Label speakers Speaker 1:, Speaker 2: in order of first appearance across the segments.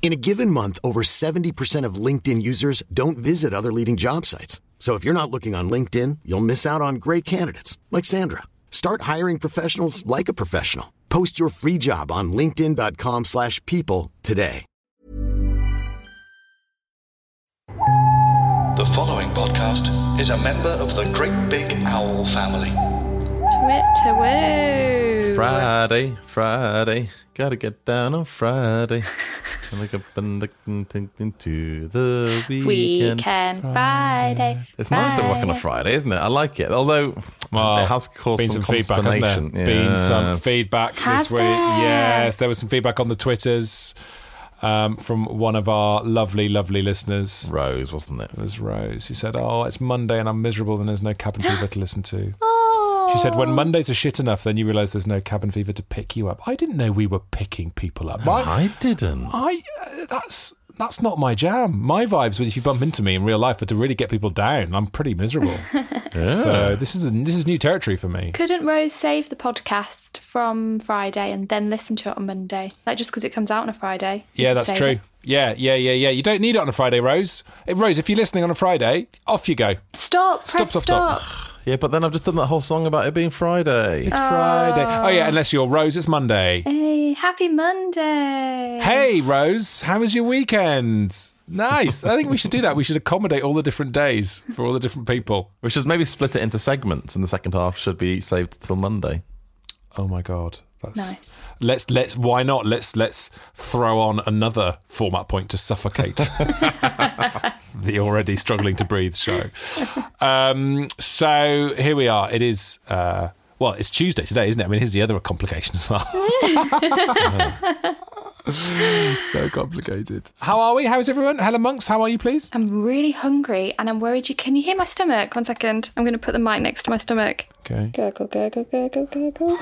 Speaker 1: In a given month, over 70% of LinkedIn users don't visit other leading job sites. So if you're not looking on LinkedIn, you'll miss out on great candidates like Sandra. Start hiring professionals like a professional. Post your free job on linkedin.com slash people today.
Speaker 2: The following podcast is a member of the Great Big Owl family.
Speaker 3: Twitter, woo.
Speaker 4: Friday, Friday, gotta get down on Friday. Gotta Look up and look and think into the weekend.
Speaker 3: Weekend, Friday.
Speaker 4: It's nice to work on a
Speaker 3: Friday.
Speaker 4: Friday, isn't it? I like it. Although
Speaker 5: Well,
Speaker 4: it has caused
Speaker 5: been
Speaker 4: some,
Speaker 5: some, feedback, hasn't there?
Speaker 4: consternation.
Speaker 5: Been some
Speaker 4: Yes.
Speaker 5: feedback
Speaker 3: Has
Speaker 5: this week.
Speaker 3: there?
Speaker 5: Yes, there was some feedback on the Twitters um, from one of our lovely, lovely listeners.
Speaker 4: Rose, wasn't it?
Speaker 5: It was Rose. She said, "Oh, it's Monday and I'm miserable and there's no cabin fever to listen to."
Speaker 3: Oh.
Speaker 5: She said, "When Mondays are shit enough, then you realise there's no cabin fever to pick you up." I didn't know we were picking people up. My-
Speaker 4: I didn't.
Speaker 5: I uh, that's that's not my jam. My vibes, if you bump into me in real life, are to really get people down. I'm pretty miserable. So this is this is new territory for me.
Speaker 3: Couldn't Rose save the podcast from Friday and then listen to it on Monday? Like just because it comes out on a Friday. you
Speaker 5: Yeah,
Speaker 3: could
Speaker 5: that's
Speaker 3: save
Speaker 5: true.
Speaker 3: it.
Speaker 5: Yeah, yeah, yeah, yeah. You don't need it on a Friday, Rose. Hey, Rose, if you're listening on a Friday, off you go.
Speaker 3: Stop. Press
Speaker 5: Stop,
Speaker 3: stop.
Speaker 5: stop, stop.
Speaker 4: Yeah, but then I've just done that whole song about it being Friday.
Speaker 5: It's Friday.
Speaker 3: Ah.
Speaker 5: Oh yeah, unless you're Rose, it's Monday.
Speaker 3: Hey, happy Monday.
Speaker 5: Hey, Rose, how was your weekend? Nice. I think we should do that. We should accommodate all the different days for all the different people.
Speaker 4: We should maybe split it into segments, and the second half should be saved till Monday.
Speaker 5: Oh my god, that's
Speaker 3: Nice.
Speaker 5: Let's let's why not? Let's let's throw on another format point to suffocate the already struggling to breathe show. Um, so here we are. It is uh, well, it's Tuesday today, isn't it? I mean, here's the other complication as well.
Speaker 4: So complicated.
Speaker 5: How are we? How is everyone? Helen Monks, how are you, please?
Speaker 3: I'm really hungry and I'm worried you can you hear my stomach? One second. I'm gonna put the mic next to my stomach.
Speaker 5: Okay.
Speaker 3: Gurgle, gurgle, gurgle, gurgle.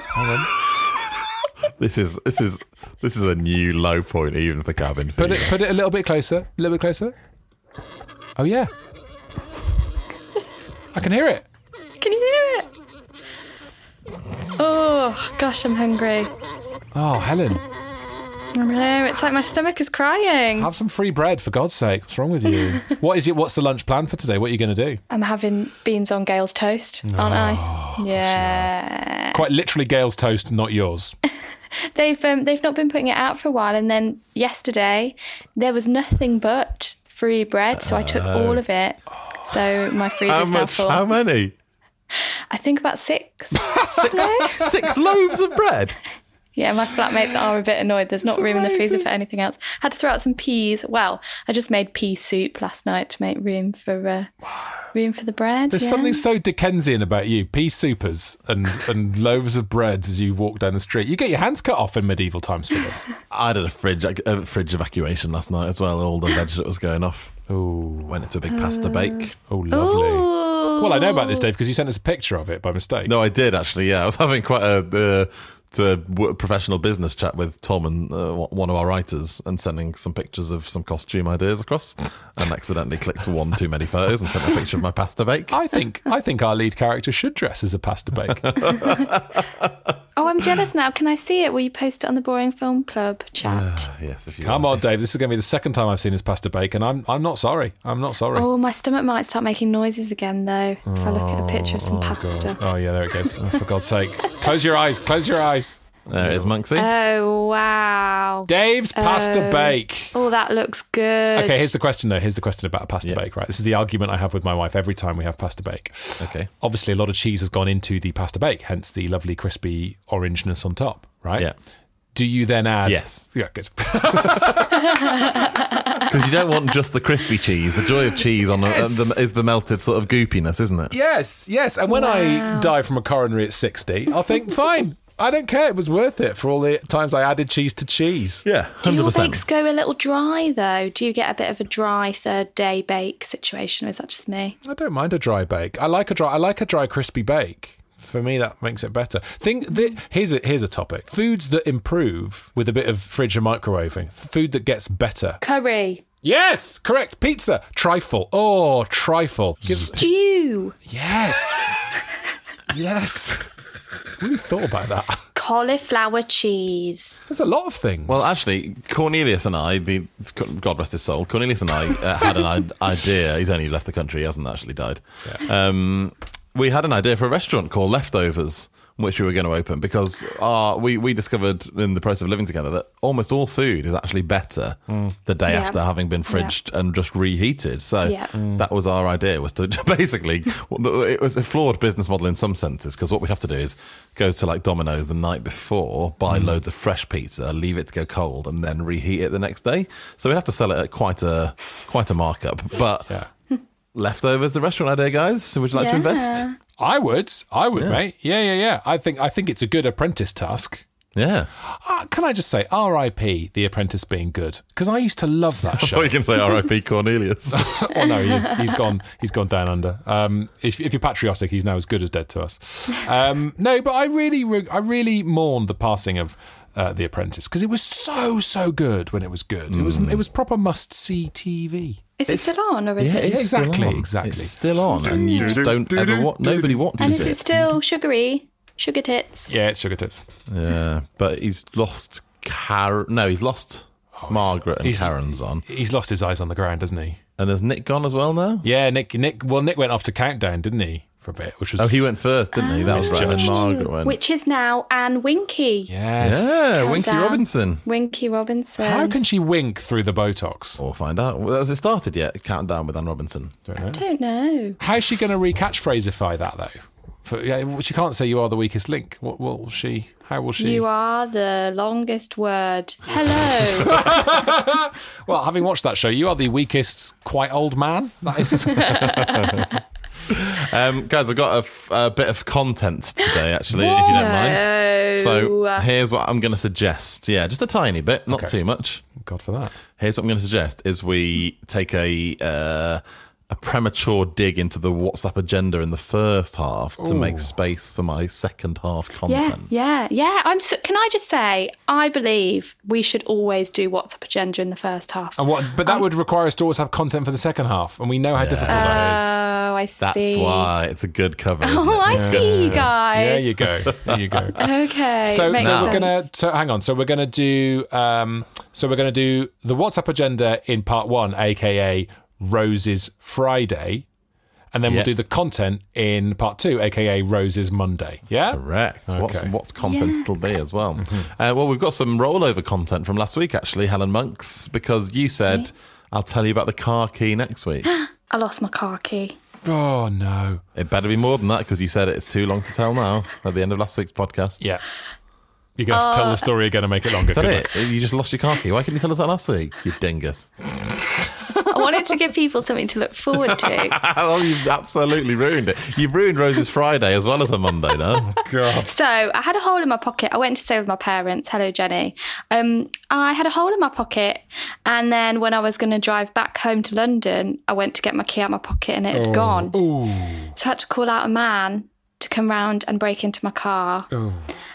Speaker 4: This is this is this is a new low point even for cabin fever.
Speaker 5: Put it put it a little bit closer. A little bit closer. Oh yeah. I can hear it.
Speaker 3: Can you hear it? Oh gosh, I'm hungry.
Speaker 5: Oh, Helen,
Speaker 3: I know, it's like my stomach is crying.
Speaker 5: have some free bread for God's sake. What's wrong with you? what is it? What's the lunch plan for today? What are you going to do?
Speaker 3: I'm having beans on Gail's toast, aren't I?
Speaker 4: Oh,
Speaker 3: Yeah.
Speaker 5: Quite literally Gail's toast, not yours.
Speaker 3: They've um, they've not been putting it out for a while, and then yesterday there was nothing but free bread, so I took all of it. So my
Speaker 4: Uh. how
Speaker 3: freezer's now
Speaker 4: much?
Speaker 3: full.
Speaker 4: How many?
Speaker 3: I think about six.
Speaker 4: Six, six loaves of bread.
Speaker 3: Yeah, my flatmates are a bit annoyed. There's not room in the freezer for anything else. Had to throw out some peas. Well, I just made pea soup last night to make room for uh, room for the bread.
Speaker 5: There's
Speaker 3: yeah.
Speaker 5: something so Dickensian about you. Pea supers and, and loaves of bread as you walk down the street. You get your hands cut off in medieval times for this.
Speaker 4: I did a fridge a fridge evacuation last night as well. All the veg that was going off.
Speaker 5: Ooh.
Speaker 4: Went into a big pasta bake.
Speaker 5: Oh, lovely. Well, I know about this, Dave, because you sent us a picture of it by mistake.
Speaker 4: No, I did actually. Yeah, I was having quite a. Uh, to w- professional business chat with Tom and uh, w- one of our writers, and sending some pictures of some costume ideas across, and accidentally clicked one too many photos and sent a picture of my pasta bake.
Speaker 5: I think I think our lead character should dress as a pasta bake.
Speaker 3: Oh, I'm jealous now. Can I see it? Will you post it on the Boring Film Club chat?
Speaker 4: yes, if you
Speaker 5: Come
Speaker 4: want.
Speaker 5: on, Dave. This is going to be the second time I've seen his pasta bake, and I'm I'm not sorry. I'm not sorry.
Speaker 3: Oh, my stomach might start making noises again though if I look at a picture of some pasta.
Speaker 5: Oh yeah, there it goes. Oh, for God's sake, close your eyes. Close your eyes.
Speaker 4: There it is, Monksy.
Speaker 3: Oh wow!
Speaker 5: Dave's pasta
Speaker 3: Oh.
Speaker 5: bake.
Speaker 3: Oh, that looks good.
Speaker 5: Okay, here's the question though. Here's the question about a pasta
Speaker 4: Yeah.
Speaker 5: bake, right? This is the argument I have with my wife every time we have pasta bake.
Speaker 4: okay.
Speaker 5: Obviously, a lot of cheese has gone into the pasta bake, hence the lovely crispy orangeness on top, right?
Speaker 4: Yeah.
Speaker 5: Do you then add?
Speaker 4: Yes.
Speaker 5: Yeah, good.
Speaker 4: Because you don't want just the crispy cheese. The joy of cheese on the-
Speaker 5: Yes.
Speaker 4: the, is the melted sort of goopiness, isn't it?
Speaker 5: yes, yes. And when I die from a coronary at 60, I'll think, fine,
Speaker 6: I don't care. It was worth it for all the times I added cheese to cheese.
Speaker 4: Yeah,
Speaker 3: Do
Speaker 4: hundred
Speaker 3: your bakes
Speaker 4: percent.
Speaker 3: go a little dry though? Do you get a bit of a dry third day bake situation, or is that just me?
Speaker 6: I don't mind a dry bake. I like a dry. I like a dry crispy bake. For me, that makes it better. Think that here's a, here's a topic: foods that improve with a bit of fridge and microwaving. Food that gets better.
Speaker 3: Curry,
Speaker 6: Yes, correct. Pizza, trifle. Oh, trifle. Give-
Speaker 3: stew,
Speaker 6: yes, yes. Really thought about that.
Speaker 3: cauliflower cheese.
Speaker 6: There's a lot of things.
Speaker 4: Well, actually, Cornelius and I, the God rest his soul, Cornelius and I uh, had an i- idea. He's only left the country; he hasn't actually died. Um, we had an idea for a restaurant called Leftovers, which we were going to open because our, we we discovered in the process of living together that almost all food is actually better the day
Speaker 3: Yeah.
Speaker 4: after having been fridged and just reheated. So
Speaker 3: Yeah.
Speaker 4: that was our idea was to basically it was a flawed business model in some senses because what we'd have to do is go to like Domino's the night before, buy loads of fresh pizza, leave it to go cold, and then reheat it the next day. So we'd have to sell it at quite a quite a markup. But leftovers, the restaurant idea, guys. So would you like to invest?
Speaker 5: I would. I would, mate. Yeah, yeah, yeah. I think I think it's a good apprentice task.
Speaker 4: Yeah.
Speaker 5: Uh,
Speaker 6: Ah,
Speaker 5: can I just say, R.I.P. The Apprentice being good because I used to love that
Speaker 4: Or
Speaker 5: show.
Speaker 4: you can say R.I.P. Cornelius.
Speaker 5: well, Oh, no, he's, he's gone. He's gone down under. Um, if, if you're patriotic, he's now as good as dead to us. Um, no, but I really, re- I really mourned the passing of uh, The Apprentice because it was so, so good when it was good. It was, it was proper must-see TV.
Speaker 3: Is it still on, or is it?
Speaker 4: it's still
Speaker 5: exactly,
Speaker 4: on.
Speaker 5: exactly.
Speaker 4: It's still on, and you just don't ever watch. Nobody
Speaker 3: And
Speaker 4: watches
Speaker 3: is it still sugary? Sugar tits.
Speaker 5: Yeah, it's sugar tits.
Speaker 4: Yeah, but he's lost Car. No, he's lost Margaret and
Speaker 5: Oh, he's-
Speaker 4: Karen's on,
Speaker 5: He's lost his eyes on the ground, hasn't he?
Speaker 4: and there's Nick gone as well now.
Speaker 5: Yeah, Nick. Nick. Well, Nick went off to Countdown, didn't he? For a bit, which was
Speaker 4: Oh, he went first, didn't he? That was right. And then Margaret went.
Speaker 3: Which is now Anne Winky.
Speaker 5: yes.
Speaker 4: yeah, Winky
Speaker 3: Down.
Speaker 4: Robinson.
Speaker 3: Winky Robinson.
Speaker 5: How can she wink through the Botox?
Speaker 4: We'll find out. Well, has it started yet? Countdown with Anne Robinson.
Speaker 3: I don't know.
Speaker 5: How's she going to re-catchphraseify that though? For, yeah, well, she can't say you are the weakest link. What will she? How will she?
Speaker 3: You are the longest word. Hello.
Speaker 5: well, having watched that show, you are the weakest, quite old man. That is.
Speaker 4: Um, guys, I've got a, f- a bit of content today, actually, if you don't
Speaker 3: Uh,
Speaker 4: mind. So here's what I'm going to suggest. Yeah, just a tiny bit, not too much.
Speaker 5: God for that.
Speaker 4: Here's what I'm going to suggest: is we take a uh, a premature dig into the WhatsApp agenda in the first half to make space for my second half
Speaker 3: yeah,
Speaker 4: content.
Speaker 3: yeah, yeah. I'm. So, can I just say, I believe we should always do WhatsApp agenda in the first half.
Speaker 5: And what? But
Speaker 3: Um,
Speaker 5: that would require us to always have content for the second half, and we know how difficult that is.
Speaker 3: Oh, I
Speaker 4: That's
Speaker 3: see.
Speaker 4: why it's a good cover, isn't
Speaker 3: Oh,
Speaker 4: it?
Speaker 3: I see, you
Speaker 5: There
Speaker 3: guys.
Speaker 5: you go. There you go.
Speaker 3: Okay.
Speaker 5: so,
Speaker 3: makes
Speaker 5: so we're
Speaker 3: sense.
Speaker 5: gonna so hang on. So we're gonna do um, so we're gonna do the WhatsApp agenda in part one, aka Roses Friday, and then
Speaker 4: Yeah.
Speaker 5: we'll do the content in part two, aka Roses Monday. Yeah.
Speaker 4: Correct. What's, what's content it'll be as well. Uh, well, we've got some rollover content from last week, actually, Helen Monks, because you said, I'll tell you about the car key next week.
Speaker 3: I lost my car key.
Speaker 5: Oh no.
Speaker 4: it better be more than that because you said it's too long to tell now at the end of last week's podcast.
Speaker 5: Yeah. You guys to
Speaker 3: Uh,
Speaker 5: tell the story again and make it longer.
Speaker 4: Is that
Speaker 5: Good
Speaker 4: it? You just lost your car key. Why couldn't you tell us that last week, you dingus?
Speaker 3: I wanted to give people something to look forward to.
Speaker 4: oh, you've absolutely ruined it. You've ruined Rose's Friday as well as her Monday now.
Speaker 5: God.
Speaker 3: So I had a hole in my pocket. I went to stay with my parents. Hello, Jenny. Um, I had a hole in my pocket, and then when I was going to drive back home to London, I went to get my key out of my pocket, and it had gone. So I had to call out a man to come round and break into my car. and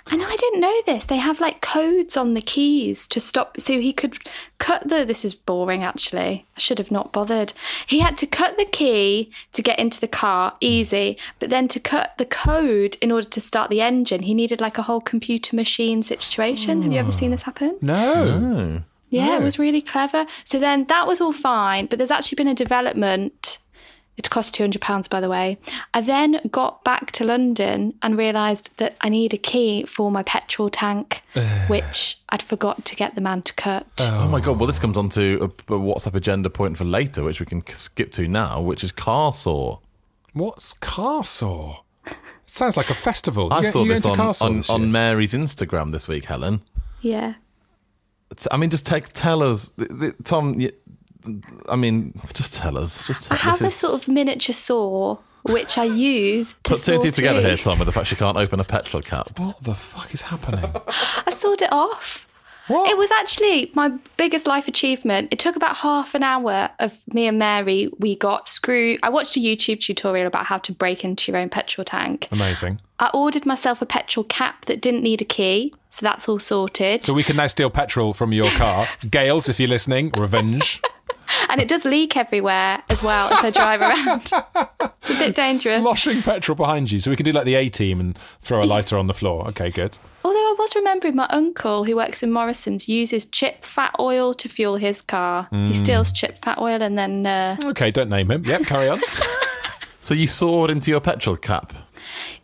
Speaker 3: I didn't know this. They have like codes on the keys to stop. So he could cut the. This is boring, actually. I should have not bothered. He had to cut the key to get into the car, easy. But then to cut the code in order to start the engine, he needed like a whole computer machine situation. Have you ever seen this happen?
Speaker 5: No.
Speaker 3: Yeah,
Speaker 4: Oh.
Speaker 3: it was really clever. So then that was all fine, but there's actually been a development. It cost £200, by the way. I then got back to London and realised that I need a key for my petrol tank, which I'd forgot to get the man to cut.
Speaker 4: Oh my god! Well, this comes onto a, a WhatsApp agenda point for later, which we can k- skip to now, which is car saw.
Speaker 5: What's car saw? It sounds like a festival.
Speaker 4: I
Speaker 5: You go-
Speaker 4: saw
Speaker 5: you go
Speaker 4: this
Speaker 5: into
Speaker 4: on
Speaker 5: car saw
Speaker 4: on,
Speaker 5: this year?
Speaker 4: on Mary's Instagram this week, Helen.
Speaker 3: yeah.
Speaker 4: It's- I mean, just take, tell us, th- th- Tom. You, I mean, just tell us. Just
Speaker 3: I
Speaker 4: tell,
Speaker 3: have
Speaker 4: this
Speaker 3: a
Speaker 4: is-
Speaker 3: sort of miniature saw which I use to
Speaker 4: Put two and two
Speaker 3: sort
Speaker 4: together
Speaker 3: the-
Speaker 4: here, Tom, with the fact she can't open a petrol cap.
Speaker 5: What the fuck is happening?
Speaker 3: I sawed it off. It was actually my biggest life achievement. It took about half an hour of me and Mary. We got screw. I watched a YouTube tutorial about how to break into your own petrol tank.
Speaker 5: Amazing.
Speaker 3: I ordered myself a petrol cap that didn't need a key, so that's all sorted.
Speaker 5: So we can now steal petrol from your car. Gales, if you're listening, revenge.
Speaker 3: and it does leak everywhere as well as I drive around. It's a bit dangerous.
Speaker 5: Sloshing petrol behind you. So we can do like the A team and throw a lighter on the floor. Okay, good.
Speaker 3: Although I was remembering my uncle who works in Morrison's uses chip fat oil to fuel his car. He
Speaker 5: Mm.
Speaker 3: steals chip fat oil and then uh,
Speaker 5: Okay, don't name him. Yep, carry on.
Speaker 4: So you soared into your petrol cap.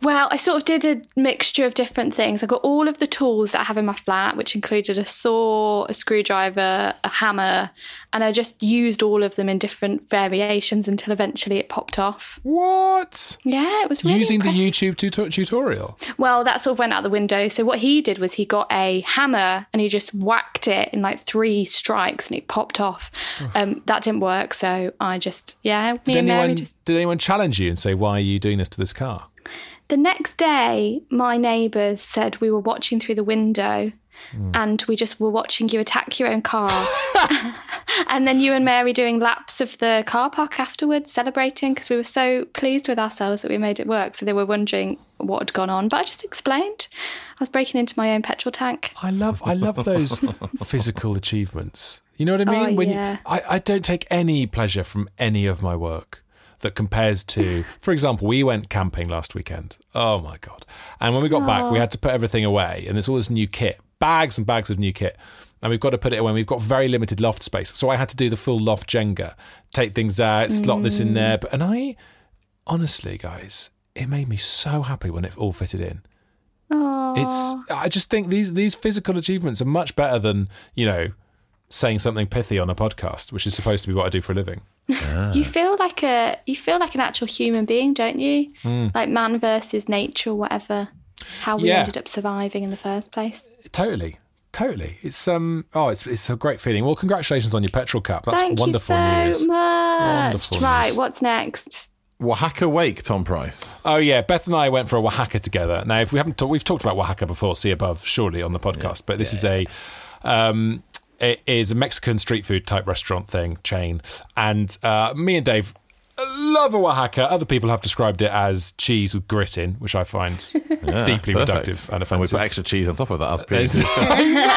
Speaker 3: Well, I sort of did a mixture of different things. I got all of the tools that I have in my flat, which included a saw, a screwdriver, a hammer, and I just used all of them in different variations until eventually it popped off.
Speaker 5: what?
Speaker 3: Yeah, it was really
Speaker 5: Using the
Speaker 3: impressive.
Speaker 5: YouTube tut- tutorial.
Speaker 3: Well, that sort of went out the window. So what he did was he got a hammer and he just whacked it in like three strikes and it popped off. Um, that didn't work, so I just yeah, me
Speaker 5: Did
Speaker 3: and Mary
Speaker 5: anyone,
Speaker 3: just
Speaker 5: did anyone challenge you and say, why are you doing this to this car?
Speaker 3: The next day, my neighbours said we were watching through the window and we just were watching you attack your own car. and then you and Mary doing laps of the car park afterwards, celebrating because we were so pleased with ourselves that we made it work. So they were wondering what had gone on. But I just explained I was breaking into my own petrol tank.
Speaker 5: I love I love those physical achievements. You know what I mean?
Speaker 3: Oh,
Speaker 5: when you-
Speaker 3: yeah.
Speaker 5: I, I don't take any pleasure from any of my work that compares to for example, we went camping last weekend. Oh my god. And when we got back
Speaker 3: Oh.
Speaker 5: we had to put everything away and there's all this new kit. Bags and bags of new kit. And we've got to put it away. and We've got very limited loft space. So I had to do the full loft Jenga. Take things out, slot this in
Speaker 3: Mm.
Speaker 5: there. But and I honestly, guys, it made me so happy when it all fitted in. It's. I just think these these physical achievements are much better than you know saying something pithy on a podcast, which is supposed to be what I do for a living.
Speaker 3: You feel like a you feel like an actual human being, don't you? Like man versus nature or whatever. How we
Speaker 5: Yeah.
Speaker 3: ended up surviving in the first place.
Speaker 5: Totally, totally. It's um. Oh, it's it's a great feeling. Well, congratulations on your petrol cap. That's
Speaker 3: Thank
Speaker 5: wonderful
Speaker 3: you so
Speaker 5: news.
Speaker 3: much.
Speaker 5: Wonderful
Speaker 3: right,
Speaker 5: news.
Speaker 3: what's next?
Speaker 4: Oaxaca Wake, Tom Price.
Speaker 5: Oh yeah, Beth and I went for a Oaxaca together. Now, if we haven't talked, we've talked about Oaxaca before, see above, surely on the podcast. But this is a, um, it is a Mexican street food type restaurant thing chain, and uh, me and Dave love a Oaxaca. Other people have described it as cheese with grit in, which I find deeply
Speaker 4: Perfect.
Speaker 5: reductive
Speaker 4: And
Speaker 5: and
Speaker 4: we
Speaker 5: offensive.
Speaker 4: put extra cheese on top of that as previously.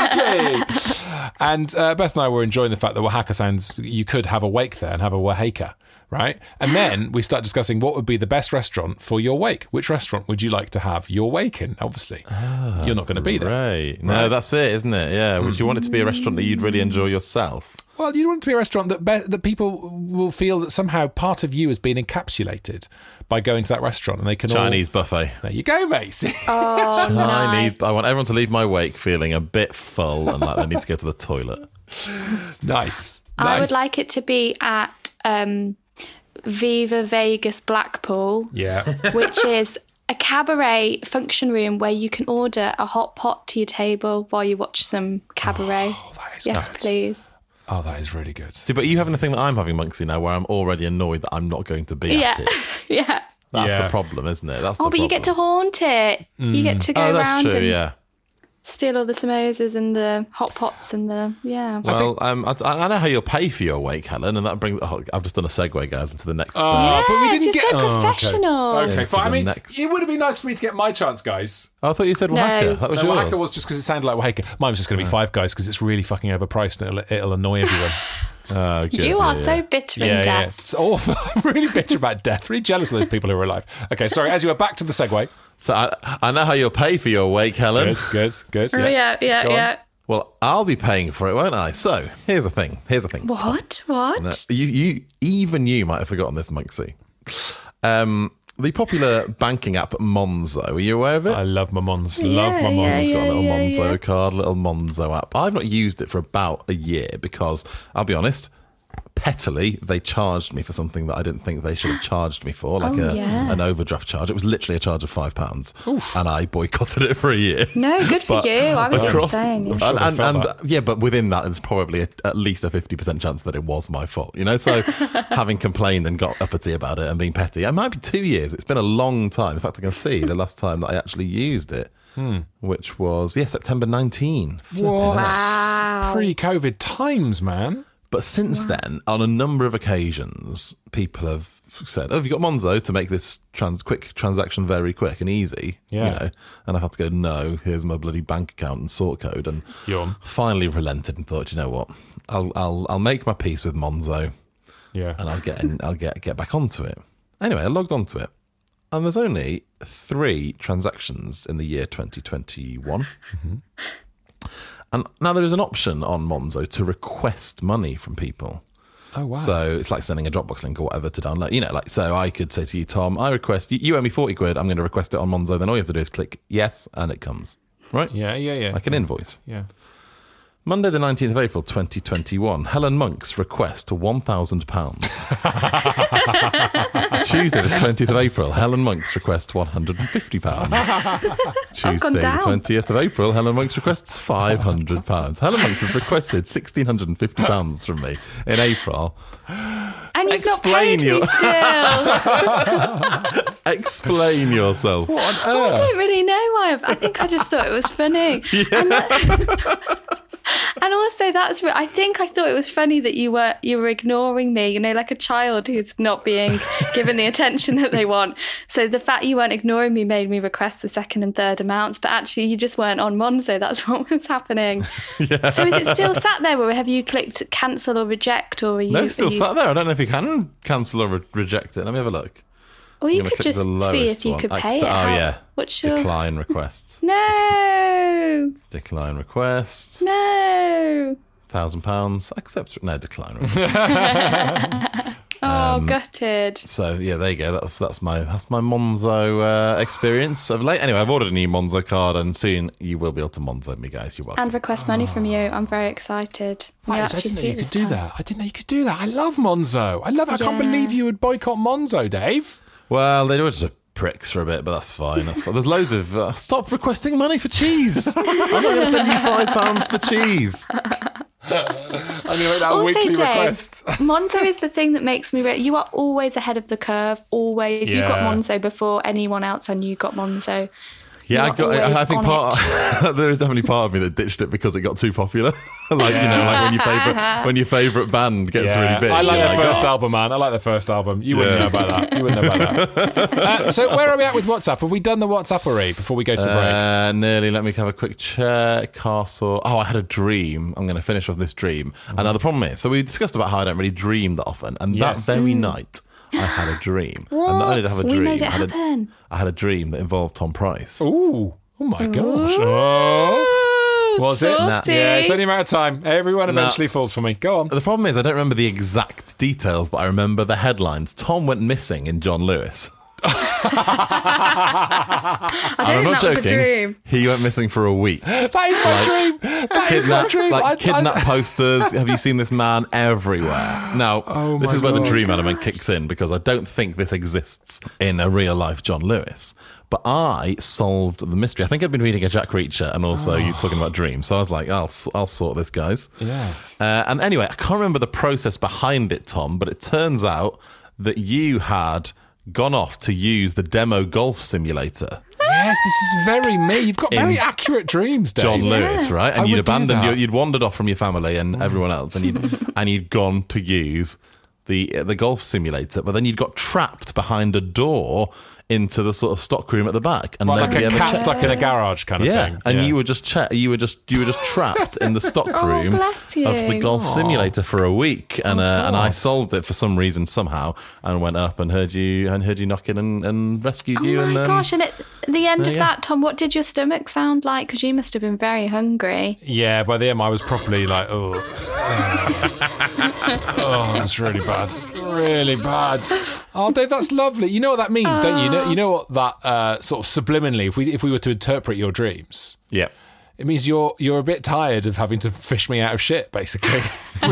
Speaker 5: exactly. and uh, Beth and I were enjoying the fact that Oaxaca sounds, you could have a wake there and have a Oaxaca, right? And then we start discussing what would be the best restaurant for your wake. Which restaurant would you like to have your wake in? Obviously,
Speaker 3: Ah,
Speaker 5: you're not going to be there.
Speaker 4: Right. No, that's it, isn't it? Yeah. Would you want it to be a restaurant that you'd really enjoy yourself?
Speaker 5: Well, you want it to be a restaurant that be- that people will feel that somehow part of you has been encapsulated by going to that restaurant and they can all-
Speaker 4: Chinese buffet.
Speaker 5: there you go, mate.
Speaker 3: Oh,
Speaker 4: Chinese.
Speaker 3: nice.
Speaker 4: I want everyone to leave my wake feeling a bit full and like they need to go to the toilet.
Speaker 5: nice.
Speaker 3: I would
Speaker 5: Nice.
Speaker 3: like it to be at um, Viva Vegas Blackpool,
Speaker 5: Yeah.
Speaker 3: which is a cabaret function room where you can order a hot pot to your table while you watch some cabaret.
Speaker 4: Oh,
Speaker 5: that is
Speaker 3: yes,
Speaker 5: good.
Speaker 3: please.
Speaker 5: Oh, that is really good.
Speaker 4: See, but you having the thing that I'm having, Monksy, now, where I'm already annoyed that I'm not going to be
Speaker 3: Yeah.
Speaker 4: at it.
Speaker 3: yeah.
Speaker 4: That's
Speaker 5: Yeah.
Speaker 4: the problem, isn't it? That's
Speaker 3: Oh,
Speaker 4: the
Speaker 3: but you get to
Speaker 4: problem.
Speaker 3: haunt it. You get to go
Speaker 4: Oh,
Speaker 3: around
Speaker 4: that's true.
Speaker 3: and
Speaker 4: Yeah.
Speaker 3: steal all the samosas and the hot pots and the yeah.
Speaker 4: Well, um, I, I know how you'll pay for your wake, Helen, and that brings. Oh, I've just done a segue, guys, into the next.
Speaker 3: Oh.
Speaker 4: uh,
Speaker 5: Ah, but we
Speaker 3: Yes,
Speaker 5: didn't
Speaker 3: you're
Speaker 5: get
Speaker 3: so
Speaker 5: Oh, okay.
Speaker 3: professional.
Speaker 5: Okay,
Speaker 4: Yeah, to
Speaker 5: fine. I
Speaker 4: the
Speaker 5: mean,
Speaker 4: next.
Speaker 5: it would have been nice for me to get my chance, guys.
Speaker 4: I thought you said Oaxaca.
Speaker 3: No.
Speaker 4: That was
Speaker 5: No,
Speaker 4: yours.
Speaker 5: Oaxaca was just because it sounded like Oaxaca. Mine was just going to be five guys because it's really fucking overpriced and it'll, it'll annoy everyone.
Speaker 4: Oh, good,
Speaker 3: you
Speaker 4: yeah,
Speaker 3: are
Speaker 4: yeah.
Speaker 3: so bitter in death.
Speaker 5: It's awful. I'm really bitter about death. Really jealous of those people who are alive. Okay, sorry. As you were back to the segue.
Speaker 4: So I, I know how you'll pay for your wake, Helen.
Speaker 5: Good, good, good.
Speaker 3: Oh, yeah, yeah,
Speaker 5: Go on.
Speaker 3: yeah.
Speaker 4: Well, I'll be paying for it, won't I? So here's the thing. Here's the thing.
Speaker 3: What? What?
Speaker 4: No, you, you, even you might have forgotten this, Monksy. Um, the popular banking app Monzo. Are you aware of it?
Speaker 5: I love my mons. Love my
Speaker 3: yeah,
Speaker 5: mons.
Speaker 4: It's got a little
Speaker 3: yeah,
Speaker 4: Monzo
Speaker 3: yeah.
Speaker 4: card, little Monzo app. I've not used it for about a year because I'll be honest, pettily they charged me for something that I didn't think they should have charged me for, like
Speaker 3: Oh,
Speaker 4: a,
Speaker 3: yeah.
Speaker 4: an overdraft charge. It was literally a charge of five pounds, and I boycotted it for a year.
Speaker 3: No, good for
Speaker 4: But
Speaker 3: you. I would do the
Speaker 4: across-
Speaker 3: same. yeah.
Speaker 4: and,
Speaker 5: sure they
Speaker 4: and-
Speaker 5: felt
Speaker 4: and,
Speaker 5: that.
Speaker 4: yeah, but within that, there's probably a, at least a fifty percent chance that it was my fault. You know, so having complained and got uppity about it and being petty, it might be two years. It's been a long time. In fact, I can see the last time that I actually used it, which was yeah September nineteen.
Speaker 5: What?
Speaker 3: Wow.
Speaker 5: Pre-COVID times, man.
Speaker 4: But since then, on a number of occasions, people have said, "Oh, have you got Monzo to make this trans quick transaction very quick and easy?"
Speaker 5: Yeah.
Speaker 4: You know, and I've had to go, "No, here's my bloody bank account and sort code." And
Speaker 5: Yum.
Speaker 4: finally relented and thought, "You know what? I'll I'll I'll make my peace with Monzo
Speaker 5: Yeah.
Speaker 4: and I'll get in, I'll get get back onto it." Anyway, I logged onto it, and there's only three transactions in the year 2021.
Speaker 5: Mm-hmm.
Speaker 4: And now there is an option on Monzo to request money from people.
Speaker 5: Oh wow.
Speaker 4: So it's like sending a Dropbox link or whatever to download. You know, like so I could say to you, Tom, I request you, you owe me forty quid. I'm going to request it on Monzo. Then all you have to do is click yes, and it comes right,
Speaker 5: yeah, yeah, yeah.
Speaker 4: like an invoice.
Speaker 5: yeah.
Speaker 4: Monday, the nineteenth of April, twenty twenty one. Helen Monk's request to one thousand pounds. Tuesday, the twentieth of April, Helen Monk's request one hundred and fifty pounds. Tuesday, the
Speaker 3: down.
Speaker 4: twentieth of April, Helen Monk's requests five hundred pounds. Helen Monk's has requested sixteen hundred and fifty pounds from me in April.
Speaker 3: And you've
Speaker 4: Explain
Speaker 3: not paid me
Speaker 4: your-
Speaker 3: still.
Speaker 4: Explain yourself.
Speaker 3: Oh, I don't really know why. I've, I think I just thought it was funny. And, that- and also, that's. re- I think I thought it was funny that you were you were ignoring me. You know, like a child who's not being given the attention that they want. So the fact you weren't ignoring me made me request the second and third amounts. But actually, you just weren't on Monzo. That's what was happening. So is it still sat there, or have you clicked cancel or reject, or are you?
Speaker 4: No,
Speaker 3: are
Speaker 4: it's still
Speaker 3: you-
Speaker 4: sat there. I don't know if you can cancel or re- reject it. Let me have a look.
Speaker 3: Or
Speaker 4: I'm
Speaker 3: you
Speaker 4: gonna
Speaker 3: could
Speaker 4: click
Speaker 3: just
Speaker 4: the
Speaker 3: see
Speaker 4: lowest
Speaker 3: if you
Speaker 4: one.
Speaker 3: could
Speaker 4: Acce-
Speaker 3: pay it.
Speaker 4: Oh
Speaker 3: How-
Speaker 4: yeah.
Speaker 3: What's your
Speaker 4: Decline request.
Speaker 3: no?
Speaker 4: Decline request.
Speaker 3: No.
Speaker 4: Thousand pounds. Accept. No decline. request.
Speaker 3: Oh, gutted.
Speaker 4: so yeah, there you go. That's that's my that's my Monzo uh, experience of late. Anyway, I've ordered a new Monzo card, and soon you will be able to Monzo me, guys. You're welcome.
Speaker 3: And request money from you. I'm very excited.
Speaker 5: That
Speaker 3: You'll
Speaker 5: is- I
Speaker 3: actually
Speaker 5: didn't know
Speaker 3: see
Speaker 5: you
Speaker 3: it
Speaker 5: could
Speaker 3: this
Speaker 5: do
Speaker 3: time.
Speaker 5: that. I didn't know you could do that. I love Monzo. I love. I can't
Speaker 3: Yeah.
Speaker 5: believe you would boycott Monzo, Dave.
Speaker 4: well, they were just a pricks for a bit, but that's fine. That's fine. There's loads of uh, stop requesting money for cheese. I'm not going to send you five pounds for cheese.
Speaker 5: I'm gonna make that a
Speaker 3: Also,
Speaker 5: weekly
Speaker 3: Dave,
Speaker 5: request.
Speaker 3: Monzo is the thing that makes me. Re- you are always ahead of the curve. Always, you got
Speaker 5: Yeah.
Speaker 3: Monzo before anyone else, and you got Monzo.
Speaker 4: Yeah, I
Speaker 3: You're
Speaker 4: got. I, I
Speaker 3: always
Speaker 4: think
Speaker 3: on
Speaker 4: part there is definitely part of me that ditched it because it got too popular. like you know, like when your favorite when your favorite band gets really big.
Speaker 5: I like
Speaker 4: you're "Oh,
Speaker 5: their first album, man. I like their first album. You wouldn't
Speaker 4: Yeah.
Speaker 5: know about that. You wouldn't know about that. Uh, so where are we at with WhatsApp? Have we done the WhatsApp already before we go to the break?
Speaker 4: Uh, nearly. Let me have a quick check. Castle. Oh, I had a dream. I'm going to finish with this dream. And now the problem is, so we discussed about how I don't really dream that often, and
Speaker 5: Yes.
Speaker 4: that very night. I had a dream. And not only did I have a
Speaker 3: Hmm. We
Speaker 4: dream,
Speaker 3: made it
Speaker 4: I, had a,
Speaker 3: happen.
Speaker 4: I had a dream that involved Tom Price.
Speaker 5: Ooh. Oh my gosh. Oh.
Speaker 3: Ooh,
Speaker 5: Was it?
Speaker 3: saucy.
Speaker 5: Yeah, it's only a matter of time. Everyone eventually falls for me. Go on.
Speaker 4: The problem is, I don't remember the exact details, but I remember the headlines. Tom went missing in John Lewis.
Speaker 3: I don't
Speaker 4: I'm
Speaker 3: think
Speaker 4: not
Speaker 3: that was
Speaker 4: joking.
Speaker 3: a dream.
Speaker 4: He went missing for a week.
Speaker 5: That is my dream. That is my
Speaker 4: Kidnap,
Speaker 5: dream.
Speaker 4: like
Speaker 5: I- I-
Speaker 4: kidnap posters. Have you seen this man everywhere? Now, this
Speaker 5: Oh my
Speaker 4: is where the
Speaker 5: God.
Speaker 4: dream element kicks in because I don't think this exists in a real life John Lewis. But I solved the mystery. I think I'd been reading a Jack Reacher and also you talking about dreams. So I was like, I'll, I'll sort this, guys.
Speaker 5: Oh. Yeah.
Speaker 4: Uh, and anyway, I can't remember the process behind it, Tom, but it turns out that you had gone off to use the demo golf simulator.
Speaker 5: Yes, this is very me. You've got very accurate dreams, Dave.
Speaker 4: John Lewis, right? And
Speaker 5: I
Speaker 4: you'd
Speaker 5: would do
Speaker 4: abandoned
Speaker 5: that.
Speaker 4: your, you'd wandered off from your family and everyone else, and you'd and you'd gone to use the uh, the golf simulator, but then you'd got trapped behind a door into the sort of stockroom at the back, and
Speaker 5: Right, like
Speaker 4: nobody
Speaker 5: a
Speaker 4: ever
Speaker 5: cat
Speaker 4: checked.
Speaker 5: stuck in a garage kind of
Speaker 4: yeah,
Speaker 5: thing.
Speaker 4: and you were just cha- you were just you were just trapped in the stockroom
Speaker 3: bless you.
Speaker 4: of the golf simulator for a week, and uh, and I solved it for some reason somehow, and went up and heard you and heard you knocking and, and rescued
Speaker 3: Oh
Speaker 4: you,
Speaker 3: my
Speaker 4: and um, then
Speaker 3: gosh! And at the end of
Speaker 4: you go.
Speaker 3: that, Tom, what did your stomach sound like? Because you must have been very hungry.
Speaker 5: Yeah, by the end I was properly like, oh, oh, that's really bad, really bad. Oh, Dave, that's lovely. You know what that means, don't you? you? Know, you know what that uh, sort of subliminally, if we if we were to interpret your dreams,
Speaker 4: yeah.
Speaker 5: It means you're you're a bit tired of having to fish me out of shit, basically.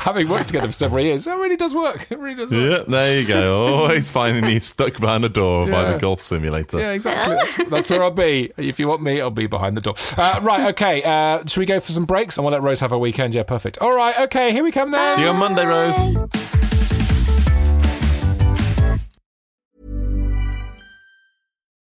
Speaker 5: having worked together for several years, that really does work. It really does work.
Speaker 4: Yeah, there you go. Always finding he's stuck behind a door by
Speaker 5: Yeah.
Speaker 4: the golf simulator.
Speaker 5: Yeah, exactly. That's, that's where I'll be. If you want me, I'll be behind the door. Uh, right, okay. Uh, should we go for some breaks? I want to let Rose have her weekend. Yeah, perfect. All right, okay. Here we come then.
Speaker 4: See you on Monday, Rose.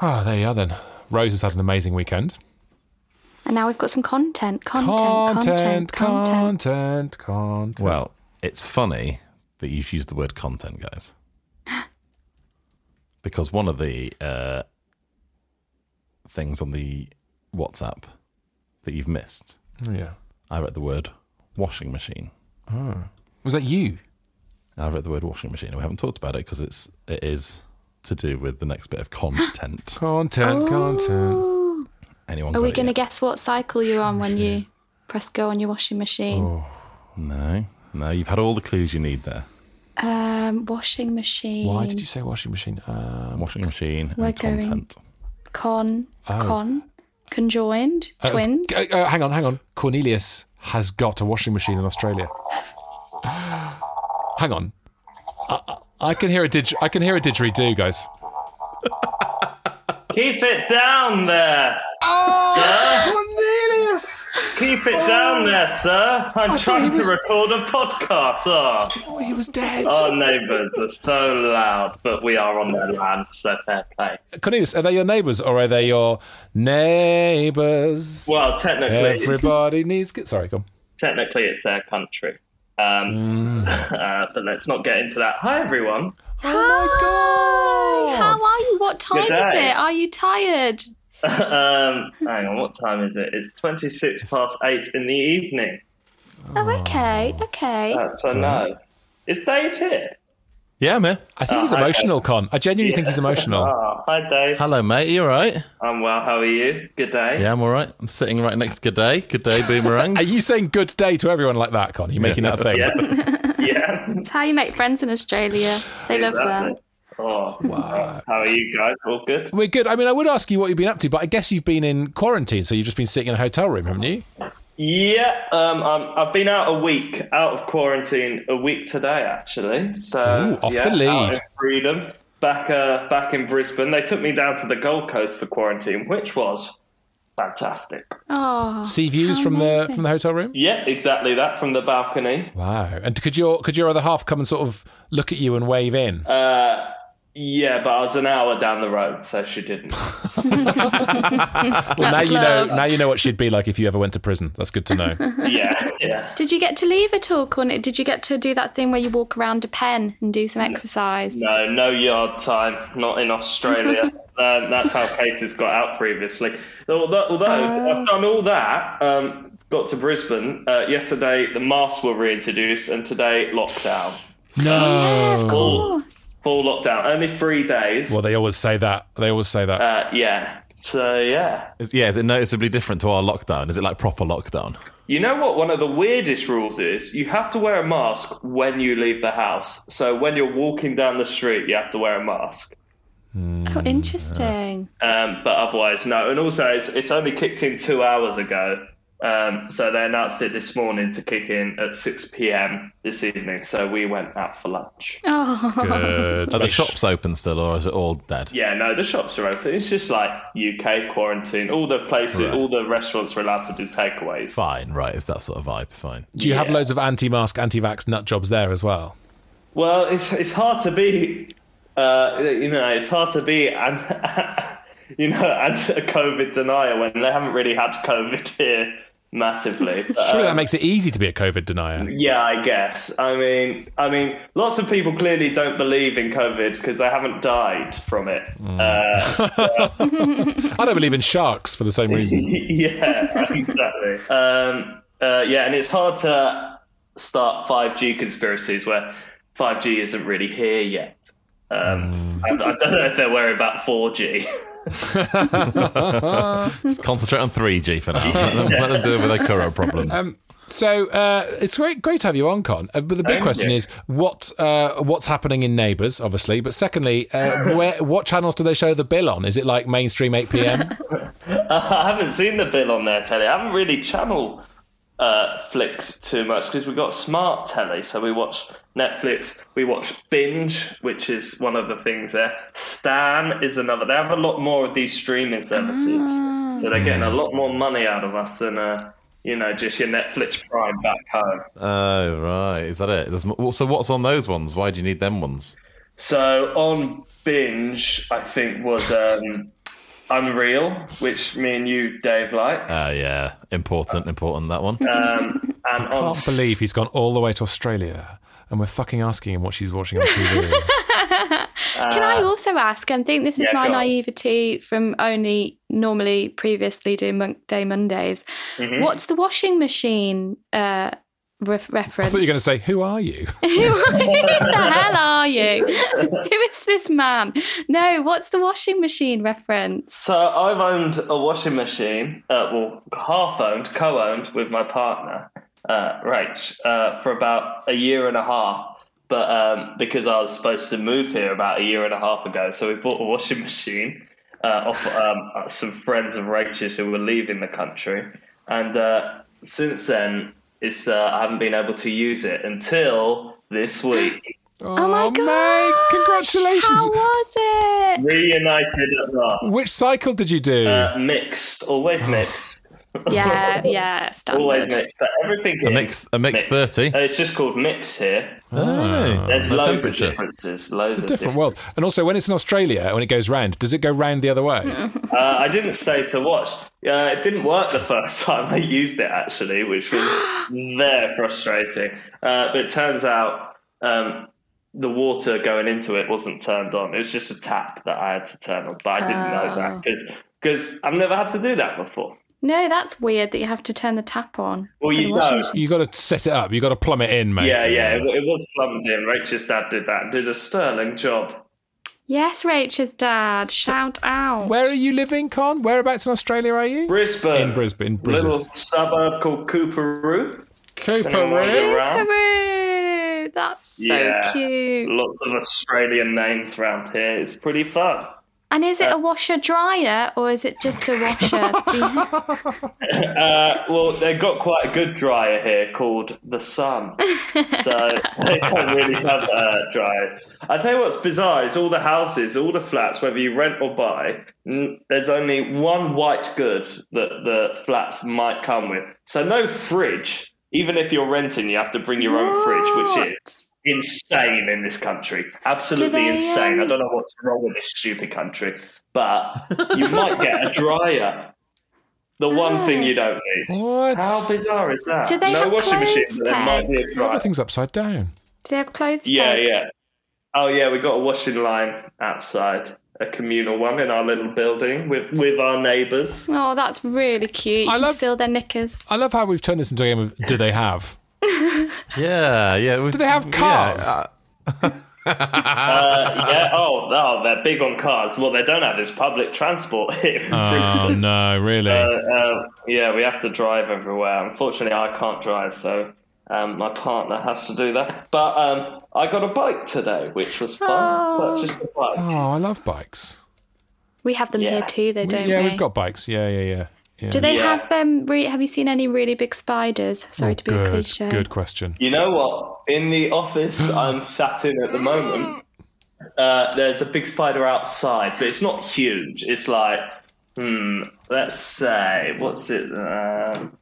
Speaker 5: Oh, there you are then. Rose has had an amazing weekend.
Speaker 3: And now we've got some content, content, content, content.
Speaker 5: content, content.
Speaker 4: Well, it's funny that you used the word content, guys. Because one of the uh, things on the WhatsApp that you've missed,
Speaker 5: Oh, yeah. Oh.
Speaker 4: I wrote the word washing machine.
Speaker 5: Was that you?
Speaker 4: I wrote the word washing machine, and we haven't talked about it because it's it is to do with the next bit of content.
Speaker 5: Content, content.
Speaker 3: Ooh.
Speaker 4: Anyone?
Speaker 3: Oh. Are
Speaker 4: got
Speaker 3: we
Speaker 4: it
Speaker 3: going to
Speaker 4: yet?
Speaker 3: guess what cycle you're on when you press go on your washing machine?
Speaker 4: No, no. You've had all the clues you need there.
Speaker 3: Um, washing machine.
Speaker 5: Oh. Why did you say washing machine? Um,
Speaker 4: Washing machine
Speaker 3: We're
Speaker 4: and
Speaker 3: going-
Speaker 4: content.
Speaker 3: Con,
Speaker 5: Oh.
Speaker 3: con, conjoined,
Speaker 5: uh,
Speaker 3: twins.
Speaker 5: uh, uh, hang on, hang on. Cornelius has got a washing machine in Australia. hang on. I, I I can hear a didger- I can hear a didgeridoo, guys.
Speaker 7: Keep it down there,
Speaker 5: Cornelius.
Speaker 7: keep it down there, sir. I'm trying to record a podcast. Oh.
Speaker 5: Oh, he was dead.
Speaker 7: Our neighbours are so loud, but we are on their land, so fair play.
Speaker 5: Cornelius, are they your neighbours or are they your neighbours?
Speaker 7: Well, technically,
Speaker 5: Everybody needs. Good. Sorry, come.
Speaker 7: technically it's their country. Um, uh, but let's not get into that. Hi, everyone.
Speaker 5: Oh my
Speaker 3: How are you? What time is
Speaker 7: day.
Speaker 3: it? Are you tired? Oh,
Speaker 7: um, hang on, what time is it? It's 26 past 8 in the evening.
Speaker 3: Oh, okay, okay.
Speaker 7: That's a no. Is Dave here?
Speaker 4: Yeah, man.
Speaker 5: I think he's emotional, Con. I genuinely think he's emotional.
Speaker 7: Oh, hi, Dave.
Speaker 4: Hello, mate. You all right?
Speaker 7: I'm well. How are you? Good day.
Speaker 4: Yeah, I'm all right. I'm sitting right next to G'day. G'day, boomerangs.
Speaker 5: Are you saying good day to everyone like that, Con? Are you making that a thing?
Speaker 7: Yeah.
Speaker 3: It's how you make friends in Australia. They love that.
Speaker 7: Oh, How are you guys? All good?
Speaker 5: We're good. I mean, I would ask you what you've been up to, but I guess you've been in quarantine, so you've just been sitting in a hotel room, haven't you?
Speaker 7: Yeah, um, I'm, I've been out a week, out of quarantine, a week today actually. So
Speaker 5: Ooh, off
Speaker 7: yeah,
Speaker 5: the lead.
Speaker 7: out in freedom. Back, uh, back in Brisbane, they took me down to the Gold Coast for quarantine, which was fantastic.
Speaker 3: Oh,
Speaker 5: See views
Speaker 3: how
Speaker 5: from the
Speaker 3: amazing.
Speaker 5: from the hotel room.
Speaker 7: Yeah, exactly that from the balcony.
Speaker 5: Wow. And could your could your other half come and sort of look at you and wave in?
Speaker 7: Uh, yeah, but I was an hour down the road, so she didn't.
Speaker 5: well, now
Speaker 3: that's
Speaker 5: you know
Speaker 3: love.
Speaker 5: now you know what she'd be like if you ever went to prison. That's good to know.
Speaker 7: yeah, yeah.
Speaker 3: Did you get to leave at all, Cornet? Did you get to do that thing where you walk around a pen and do some exercise?
Speaker 7: No, no yard time. Not in Australia. um, that's how cases got out previously. Although, although I've done all that, um, got to Brisbane uh, yesterday. The masks were reintroduced, and today lockdown.
Speaker 3: Yeah, of
Speaker 5: no.
Speaker 3: course.
Speaker 7: Full lockdown. Only three days.
Speaker 5: Well, they always say that. They always say that.
Speaker 7: Uh, yeah. So yeah.
Speaker 4: Is- yeah, is it noticeably different to our lockdown? Is it like proper lockdown?
Speaker 7: You know what? One of the weirdest rules is you have to wear a mask when you leave the house. So when you're walking down the street, you have to wear a mask.
Speaker 3: Oh,
Speaker 7: Mm, uh,
Speaker 3: interesting.
Speaker 7: Um, but otherwise, no. And also, it's, it's only kicked in two hours ago Um, so they announced it this morning to kick in at 6 p.m. this evening. So we went out for lunch.
Speaker 3: Oh,
Speaker 6: Good.
Speaker 4: Are the shops open still, or is it all dead?
Speaker 7: Yeah, no, the shops are open. It's just like UK quarantine. All the places,
Speaker 4: Right.
Speaker 7: all the restaurants are allowed to do takeaways.
Speaker 4: Fine, right? It's that sort of vibe. Fine.
Speaker 6: Do you have loads of anti-mask, anti-vax nut jobs there as well?
Speaker 7: Well, it's it's hard to be, uh, you know, it's hard to be an, you know, an- a COVID denier when they haven't really had COVID here massively. But,
Speaker 6: Surely
Speaker 7: um,
Speaker 6: that makes it easy to be a COVID denier.
Speaker 7: yeah, I guess. I mean, I mean, lots of people clearly don't believe in COVID because they haven't died from it. Uh,
Speaker 6: I don't believe in sharks for the same reason.
Speaker 7: yeah, exactly. Um, uh, yeah, and it's hard to start 5G conspiracies where 5G isn't really here yet. Um, I, I don't know if they're worried about 4G.
Speaker 4: Just concentrate on 3G for now. Let them, let them deal with their current problems.
Speaker 6: Um, So uh, it's great, great to have you on, Con. Uh, but the big
Speaker 7: Thank
Speaker 6: question
Speaker 7: you.
Speaker 6: is what uh, what's happening in Neighbours, obviously. But secondly, uh, where, what channels do they show the bill on? Is it like mainstream eight pm?
Speaker 7: I haven't seen the bill on their telly. I haven't really channel uh, flicked too much because we got smart telly, so we watch Netflix, we watch Binge, which is one of the things there. Stan is another. They have a lot more of these streaming services, so they're getting a lot more money out of us than uh, you know just your Netflix Prime back home.
Speaker 4: Oh, right. Is that it? There's, mo- so, what's on those ones? Why do you need them ones?
Speaker 7: So on Binge, I think was um, Unreal, which me and you, Dave, like.
Speaker 4: Ah, yeah. Important, important, that one.
Speaker 7: and on
Speaker 6: Can't believe he's gone all the way to Australia. And we're fucking asking him what she's watching on TV.
Speaker 3: Can I also ask? And I think this is
Speaker 7: Uh, yeah,
Speaker 3: my
Speaker 7: go on.
Speaker 3: naivety from only normally previously doing Mon- Day Mondays.
Speaker 7: Mm-hmm.
Speaker 3: What's the washing machine uh, ref
Speaker 6: I
Speaker 3: reference?
Speaker 6: thought you were going to say, "Who are you?"
Speaker 3: Who the hell are you? Who is this man? No, what's the washing machine reference?
Speaker 7: So I've owned a washing machine, uh, well, half owned, co-owned with my partner, uh, Rach, uh, for about a year and a half. But um, because I was supposed to move here about a year and a half ago, so we bought a washing machine uh, off um, uh, some friends of Rach's who were leaving the country, and uh, since then, it's uh, I haven't been able to use it until this week.
Speaker 6: Oh,
Speaker 3: my
Speaker 6: mate,
Speaker 3: gosh,
Speaker 6: congratulations!
Speaker 3: How was it?
Speaker 7: Reunited at last.
Speaker 6: Which cycle did you do?
Speaker 7: Uh, mixed, always mixed.
Speaker 3: Yeah, yeah, standard.
Speaker 7: Always mix. But everything
Speaker 4: A
Speaker 7: here-
Speaker 4: mix, a mix 30.
Speaker 7: Uh, it's just called mix here.
Speaker 4: Oh,
Speaker 7: There's
Speaker 4: the
Speaker 7: loads of
Speaker 4: temperature.
Speaker 7: differences. Loads
Speaker 6: it's a
Speaker 7: of
Speaker 6: different
Speaker 7: different.
Speaker 6: world. And also, when it's in Australia, when it goes round, does it go round the other way?
Speaker 7: Uh, I didn't say to watch. Uh, it didn't work the first time I used it actually, which was very frustrating. Uh, but it turns out um, the water going into it wasn't turned on. It was just a tap that I had to turn on, but I didn't know
Speaker 6: Oh.
Speaker 7: that because because I've never had to do that before.
Speaker 3: No, that's weird that you have to turn the tap on.
Speaker 7: Well,
Speaker 3: for the
Speaker 7: you
Speaker 3: washing
Speaker 7: don't.
Speaker 3: machine.
Speaker 6: You got to set it up. You got to plumb it in, mate.
Speaker 7: Yeah, yeah, it, it was plumbed in. Rachel's dad did that. Did a sterling job.
Speaker 3: Yes, Rachel's dad. Shout out.
Speaker 6: Where are you living, Con? Whereabouts in Australia are you?
Speaker 7: Brisbane.
Speaker 6: In Brisbane, Brisbane.
Speaker 7: Little suburb called Cooperoo.
Speaker 6: Cooper.
Speaker 3: Peru. That's so
Speaker 7: Yeah.
Speaker 3: cute.
Speaker 7: Lots of Australian names round here. It's pretty fun.
Speaker 3: And is
Speaker 7: uh,
Speaker 3: it a washer dryer or is it just a washer? Do you-
Speaker 7: Uh, well, they've got quite a good dryer here called the Sun, so they don't really have a dryer. I tell you what's bizarre is all the houses, all the flats, whether you rent or buy, n- there's only one white good that the flats might come with. So no fridge. Even if you're renting, you have to bring your own fridge, which is insane in this country. Absolutely
Speaker 3: they,
Speaker 7: insane. I
Speaker 3: um,
Speaker 7: don't know what's wrong with this stupid country, but you might get a dryer. The one thing you don't need.
Speaker 6: What?
Speaker 7: How bizarre is that?
Speaker 3: Oh. Do they
Speaker 7: no
Speaker 3: have
Speaker 7: washing machine,
Speaker 3: clothes
Speaker 7: but there might be a dryer.
Speaker 6: Everything's upside down.
Speaker 3: Do they have clothes?
Speaker 7: Yeah,
Speaker 3: pegs?
Speaker 7: yeah. Oh yeah, we got a washing line outside, a communal one in our little building with with our neighbours.
Speaker 3: Oh, that's really cute. You
Speaker 6: I
Speaker 3: can
Speaker 6: love-
Speaker 3: steal their knickers.
Speaker 6: I love how we've turned this into a game of do they have?
Speaker 4: Yeah, yeah.
Speaker 6: Do they have cars?
Speaker 7: Uh, yeah. Oh, oh, they're big on cars. Well, they don't have this public transport here in
Speaker 6: Oh,
Speaker 7: Brisbane.
Speaker 6: no, really?
Speaker 7: Uh, uh, yeah, we have to drive everywhere. Unfortunately, I can't drive, so. Um, my partner has to do that, but um, I got a bike today, which was fun.
Speaker 3: Oh.
Speaker 7: Purchased a bike.
Speaker 6: oh, I love bikes.
Speaker 3: We have them
Speaker 7: Yeah.
Speaker 3: here too, though, don't
Speaker 6: yeah,
Speaker 3: we?
Speaker 6: we've got bikes. Yeah, yeah, yeah.
Speaker 3: Do they
Speaker 7: Yeah.
Speaker 3: have um? Re- have you seen any really big spiders? Sorry
Speaker 5: Oh,
Speaker 3: to be
Speaker 5: good,
Speaker 3: a cliche.
Speaker 5: Good question.
Speaker 7: You know what? In the office I'm sat in at the moment, uh, there's a big spider outside, but it's not huge. It's like, hmm, let's say, what's it? Um,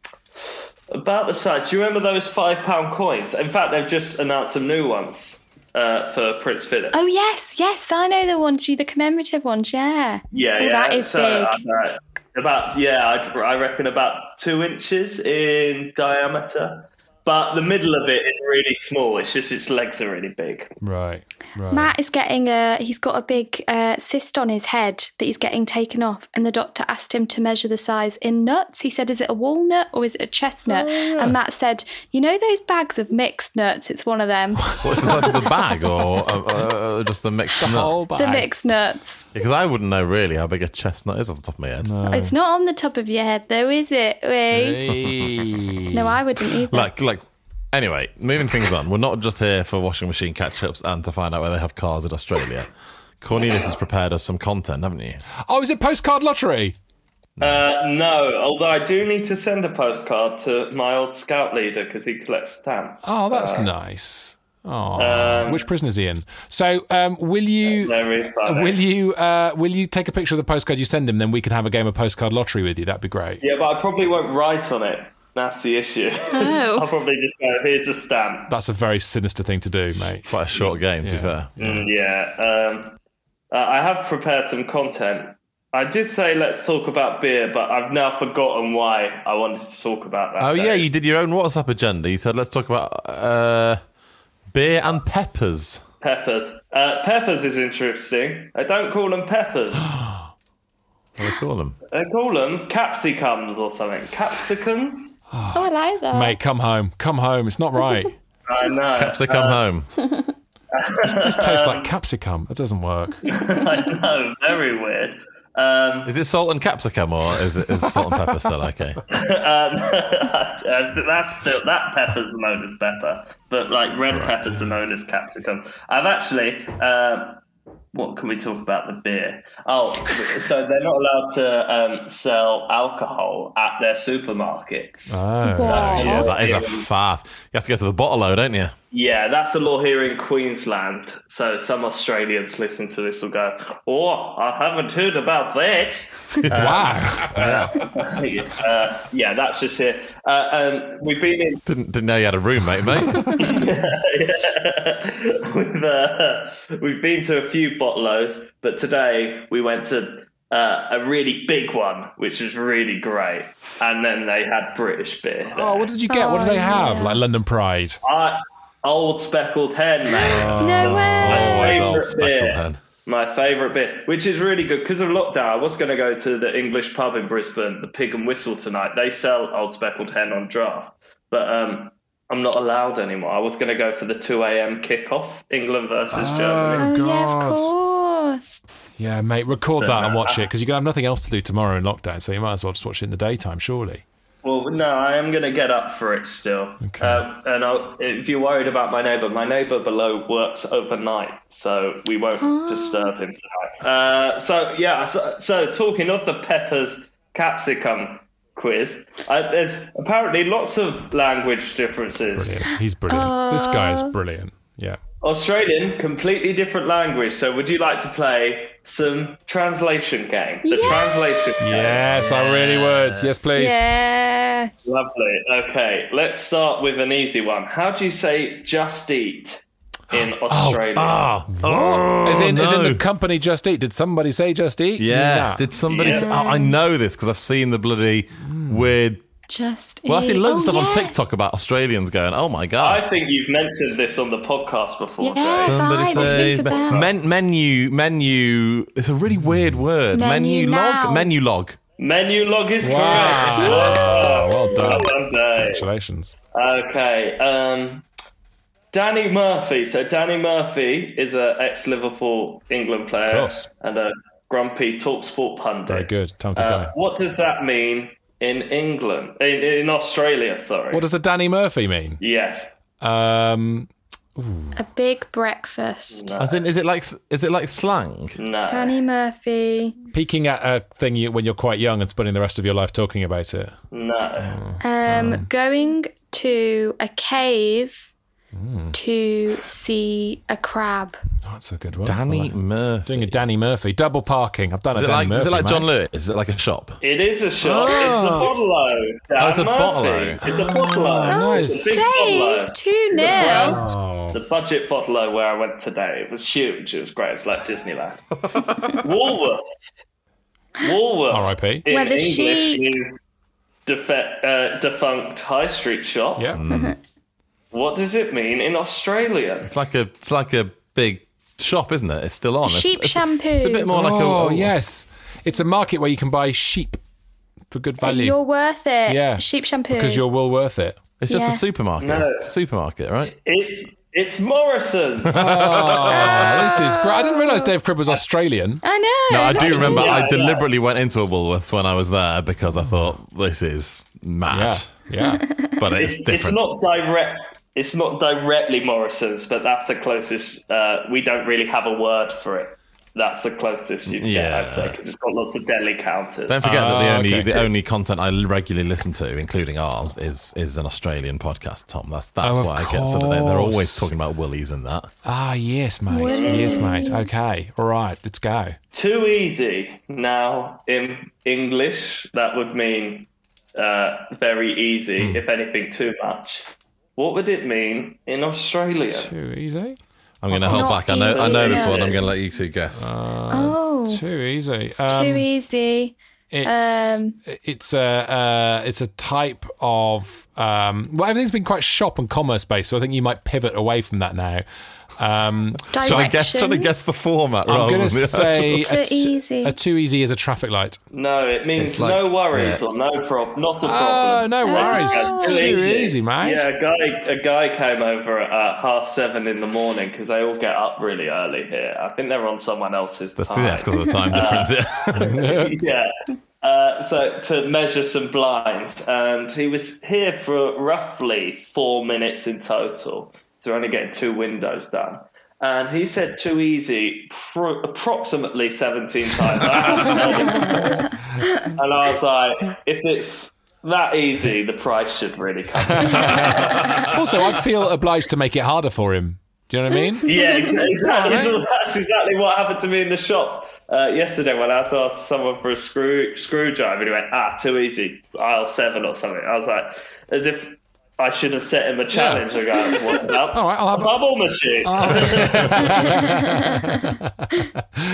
Speaker 7: about the size. Do you remember those five pound coins? In fact, they've just announced some new ones uh, for Prince Philip.
Speaker 3: Oh yes, yes, I know the ones. You the commemorative ones, yeah.
Speaker 7: yeah,
Speaker 3: Oh,
Speaker 7: yeah.
Speaker 3: that is
Speaker 7: so,
Speaker 3: big.
Speaker 7: uh, about yeah, I, I reckon about two inches in diameter. But the middle of it is really small. It's just its legs are really big.
Speaker 5: Right. Right.
Speaker 3: Matt is getting a. He's got a big uh, cyst on his head that he's getting taken off, and the doctor asked him to measure the size in nuts. He said, "Is it a walnut or is it a chestnut?"
Speaker 4: Oh,
Speaker 3: And Matt said, "You know those bags of mixed nuts. It's one of them.
Speaker 4: What's the size of the bag or uh, uh, just the mixed nut?
Speaker 3: the mixed nuts.
Speaker 4: Because I wouldn't know really how big a chestnut is off the top of my head.
Speaker 3: It's not on the top of your head, though, is it? Wee? No, I wouldn't either.
Speaker 4: Like, like. Anyway, moving things on. We're not just here for washing machine catch-ups and to find out where they have cars in Australia. Cornelius has prepared us some content, haven't you?
Speaker 5: oh, is it postcard lottery?
Speaker 7: Uh, no, although I do need to send a postcard to my old scout leader because he collects stamps.
Speaker 5: Oh, that's
Speaker 6: Uh,
Speaker 5: nice. Oh,
Speaker 6: um,
Speaker 5: which prison is he in? So, um, will
Speaker 6: uh,
Speaker 5: you
Speaker 7: Very funny.
Speaker 5: will you uh, will you take a picture of the postcard you send him? Then we can have a game of postcard lottery with you. That'd be great.
Speaker 7: Yeah, but I probably won't write on it. That's the issue.
Speaker 3: Oh.
Speaker 7: I'll probably just go, here's a stamp.
Speaker 5: That's a very sinister thing to do, mate.
Speaker 4: Quite a short game, to be fair.
Speaker 7: Mm, yeah. Um, uh, I have prepared some content. I did say let's talk about beer, but I've now forgotten why I wanted to talk about that.
Speaker 4: Oh
Speaker 7: though.
Speaker 4: yeah, you did your own WhatsApp agenda. You said let's talk about uh, beer and peppers.
Speaker 7: Peppers. Uh, peppers is interesting. I don't call them peppers.
Speaker 4: What do they call them?
Speaker 7: I call them capsicums or something. Capsicums?
Speaker 3: oh, I like
Speaker 6: Uh,
Speaker 3: that.
Speaker 5: Mate, come home, come home. It's not right.
Speaker 7: I know.
Speaker 4: Capsicum home.
Speaker 5: this tastes like capsicum. It doesn't work.
Speaker 7: I know. Very weird. Um,
Speaker 4: Is it salt and capsicum or is it is salt and pepper still okay?
Speaker 7: Um, uh, that's still, that pepper's known as pepper, but like red peppers are known as capsicum. I've actually, um, what can we talk about the beer? Oh, so they're not allowed to um, sell alcohol at their supermarkets.
Speaker 5: Ah,
Speaker 7: Oh,
Speaker 3: Wow.
Speaker 4: Yeah, that is a faff. You have to go to the bottle o, don't you?
Speaker 7: Yeah, that's the law here in Queensland. So some Australians listening to this will go, "Oh, I haven't heard about that."
Speaker 5: wow.
Speaker 7: uh, yeah, that's just here. Uh, um, we've been in
Speaker 4: Didn't didn't know you had a roommate, mate.
Speaker 7: we've, uh, we've been to a few bottlos, but today we went to uh, a really big one, which was really great. And then they had British beer.
Speaker 5: Oh, what did you get? what do they have? Like London Pride.
Speaker 7: I, old speckled hen, mate.
Speaker 3: no way.
Speaker 4: Always old
Speaker 7: Favourite
Speaker 4: speckled
Speaker 7: beer.
Speaker 4: hen.
Speaker 7: My favourite beer, which is really good because of lockdown. I was going to go to the English pub in Brisbane, the Pig and Whistle tonight. They sell old speckled hen on draft, but um, I'm not allowed anymore. I was going to go for the 2 a.m. kickoff, England versus Germany.
Speaker 3: Oh, yeah,
Speaker 5: God.
Speaker 3: of course.
Speaker 5: Yeah, mate, record that and watch it because you're going to have nothing else to do tomorrow in lockdown. So you might as well just watch it in the daytime, surely.
Speaker 7: Well, no, I am going to get up for it still.
Speaker 5: Okay.
Speaker 7: Uh, and I'll, if you're worried about my neighbour, my neighbour below works overnight, so we won't disturb him tonight. Uh, so yeah, so, so talking of the peppers capsicum quiz, uh, there's apparently lots of language differences.
Speaker 5: Brilliant. He's brilliant. this guy
Speaker 4: Uh,
Speaker 5: is brilliant. Yeah.
Speaker 7: Australian, completely different language. So would you like to play some translation game? The translation game.
Speaker 5: Yes, I really would. Yes, please.
Speaker 3: Yes.
Speaker 7: Lovely. Okay, let's start with an easy one. How do you say "just eat" in
Speaker 5: Oh,
Speaker 7: Australia?
Speaker 4: Ah, oh,
Speaker 5: As in, as in
Speaker 4: no.
Speaker 5: the company Just Eat. Did somebody say Just Eat?
Speaker 4: yeah.
Speaker 5: Nah.
Speaker 4: Did somebody?
Speaker 7: Yeah.
Speaker 4: s- I I know this because I've seen the bloody weird.
Speaker 3: Just.
Speaker 4: Well, I've seen
Speaker 3: eat-
Speaker 4: loads of
Speaker 3: Oh,
Speaker 4: stuff on
Speaker 3: yeah.
Speaker 4: TikTok about Australians going, "Oh my god,
Speaker 7: I think you've mentioned this on the podcast before.
Speaker 3: Yes,
Speaker 7: Joe.
Speaker 3: I
Speaker 4: Somebody
Speaker 3: was really
Speaker 4: say
Speaker 3: about.
Speaker 4: men, menu menu. It's a really weird word. Menu,
Speaker 3: Menu
Speaker 4: log.
Speaker 3: now.
Speaker 4: Menu log.
Speaker 7: Menu log is
Speaker 5: Wow.
Speaker 7: correct.
Speaker 5: well done.
Speaker 7: Well done.
Speaker 5: Congratulations.
Speaker 7: Okay. Um, Danny Murphy. So Danny Murphy is a ex-Liverpool England
Speaker 5: Of
Speaker 7: player
Speaker 5: course.
Speaker 7: and a grumpy Talksport pundit.
Speaker 5: Very good. Talented
Speaker 7: Uh,
Speaker 5: guy.
Speaker 7: what does that mean in England? In, in Australia, sorry.
Speaker 5: What does a Danny Murphy mean?
Speaker 7: yes.
Speaker 5: Um,
Speaker 3: A big breakfast.
Speaker 4: As in, is it like is it like slang?
Speaker 7: No.
Speaker 3: Danny Murphy.
Speaker 5: Peeking at a thing you, when you're quite young and spending the rest of your life talking about it. Oh,
Speaker 7: No.
Speaker 5: Ah.
Speaker 3: Um, going to a cave
Speaker 5: Mm.
Speaker 3: to see a crab.
Speaker 5: Oh, that's a good one. I
Speaker 4: Danny
Speaker 5: like it.
Speaker 4: Murphy.
Speaker 5: Doing a Danny Murphy. Double parking. I've done
Speaker 4: is
Speaker 5: a
Speaker 4: it
Speaker 5: Danny
Speaker 4: like
Speaker 5: Murphy.
Speaker 4: is it like
Speaker 5: mate.
Speaker 4: John Lewis? Is it like a shop?
Speaker 7: It is a shot. It's a bottle-o. Dan
Speaker 4: Oh, it's a
Speaker 7: Murphy.
Speaker 4: bottle-o.
Speaker 7: It's a bottle-o.
Speaker 5: Oh,
Speaker 7: It's
Speaker 5: nice.
Speaker 7: a big bottle-o.
Speaker 3: Dave, 2 0.
Speaker 7: Well, The budget bottle-o where I went today, it was huge. It was great. It's like Disneyland. Woolworths. Woolworths.
Speaker 5: R.I.P..
Speaker 7: In
Speaker 3: Where the
Speaker 7: English
Speaker 3: sheep-
Speaker 7: is defe- uh, defunct high street shop.
Speaker 5: Yeah.
Speaker 4: Mm-hmm.
Speaker 7: What does it mean in Australian?
Speaker 4: It's like a it's like a big shop, isn't it? It's still on. It's-
Speaker 3: Sheep
Speaker 4: it's,
Speaker 3: shampoo.
Speaker 4: It's a bit more like a
Speaker 5: oh,
Speaker 4: oh,
Speaker 5: yes. It's a market where you can buy sheep for good Ah, value.
Speaker 3: You're worth it.
Speaker 5: yeah.
Speaker 3: Sheep shampoo.
Speaker 5: Because you're well worth it.
Speaker 4: It's just
Speaker 3: Yeah.
Speaker 4: a supermarket.
Speaker 7: No.
Speaker 4: It's a supermarket, right?
Speaker 7: It's it's Morrison's.
Speaker 5: Oh, this is great. I didn't realise Dave Cribb was Australian.
Speaker 3: I know.
Speaker 4: No, I do remember.
Speaker 7: Yeah,
Speaker 4: I
Speaker 7: yeah.
Speaker 4: deliberately went into a Woolworths when I was there because I thought this is
Speaker 5: Yeah.
Speaker 4: mad,
Speaker 5: Yeah.
Speaker 4: but it's,
Speaker 7: it's,
Speaker 4: different.
Speaker 7: it's not direct. It's not directly Morrison's, but that's the closest. Uh, we don't really have a word for it. That's the closest you can get,
Speaker 4: Yeah.
Speaker 7: I'd say, because it's got lots of deli counters.
Speaker 4: Don't forget that the
Speaker 5: Ah,
Speaker 4: only
Speaker 5: okay.
Speaker 4: the only content I regularly listen to, including ours, is is an Australian podcast. Tom, that's that's
Speaker 5: Oh, of
Speaker 4: why I get so that they're, they're always
Speaker 5: course.
Speaker 4: talking about willies and that.
Speaker 5: ah, yes, mate. Yes, mate. Okay. All right. Let's go.
Speaker 7: Too easy. Now, in English, that would mean uh, very easy,
Speaker 4: Hmm.
Speaker 7: if anything, too much. What would it mean in Australia?
Speaker 5: Too easy.
Speaker 4: I'm going to hold
Speaker 3: Not
Speaker 4: back. I know I
Speaker 3: easy,
Speaker 4: know this
Speaker 3: yeah.
Speaker 4: one. I'm going to let you two guess.
Speaker 5: Uh,
Speaker 3: Oh, too
Speaker 5: Too easy. Um,
Speaker 3: easy.
Speaker 5: It's
Speaker 3: Um,
Speaker 5: it's a uh, it's a type of um, well everything's been quite shop and commerce based, so I think you might pivot away from that now. Um,
Speaker 3: Directions.
Speaker 4: I guess trying to guess the format.
Speaker 5: I'm
Speaker 4: rather
Speaker 5: going
Speaker 4: than
Speaker 5: to
Speaker 4: the actual-
Speaker 5: say
Speaker 3: Too
Speaker 5: a, t-
Speaker 3: easy.
Speaker 5: a too easy is a traffic light.
Speaker 7: No, it means
Speaker 4: It's like-
Speaker 7: no worries
Speaker 4: yeah.
Speaker 7: or no problem. Not a problem.
Speaker 5: Oh no worries,
Speaker 7: That's
Speaker 5: too easy, mate.
Speaker 7: Yeah, a guy, a guy came over at half seven in the morning because they all get up really early here. I think they're on someone else's
Speaker 4: That's
Speaker 7: time.
Speaker 4: because of the time difference. yeah.
Speaker 7: yeah. Uh, so to measure some blinds, and he was here for roughly four minutes in total. So we're only getting two windows done. And he said too easy pro- approximately 17 times. I hadn't heard it before. and I was like, if it's that easy, the price should really come
Speaker 5: also, I'd feel obliged to make it harder for him. Do you know what I mean?
Speaker 7: Yeah, ex- exactly.
Speaker 5: All right.
Speaker 7: That's exactly what happened to me in the shop uh, yesterday when I had to ask someone for a screw screwdriver. And he went, "Ah, too easy, aisle seven or something." I was like, as if I should have set him a challenge. I go, "What about
Speaker 5: All right, I'll have-
Speaker 7: a bubble machine?"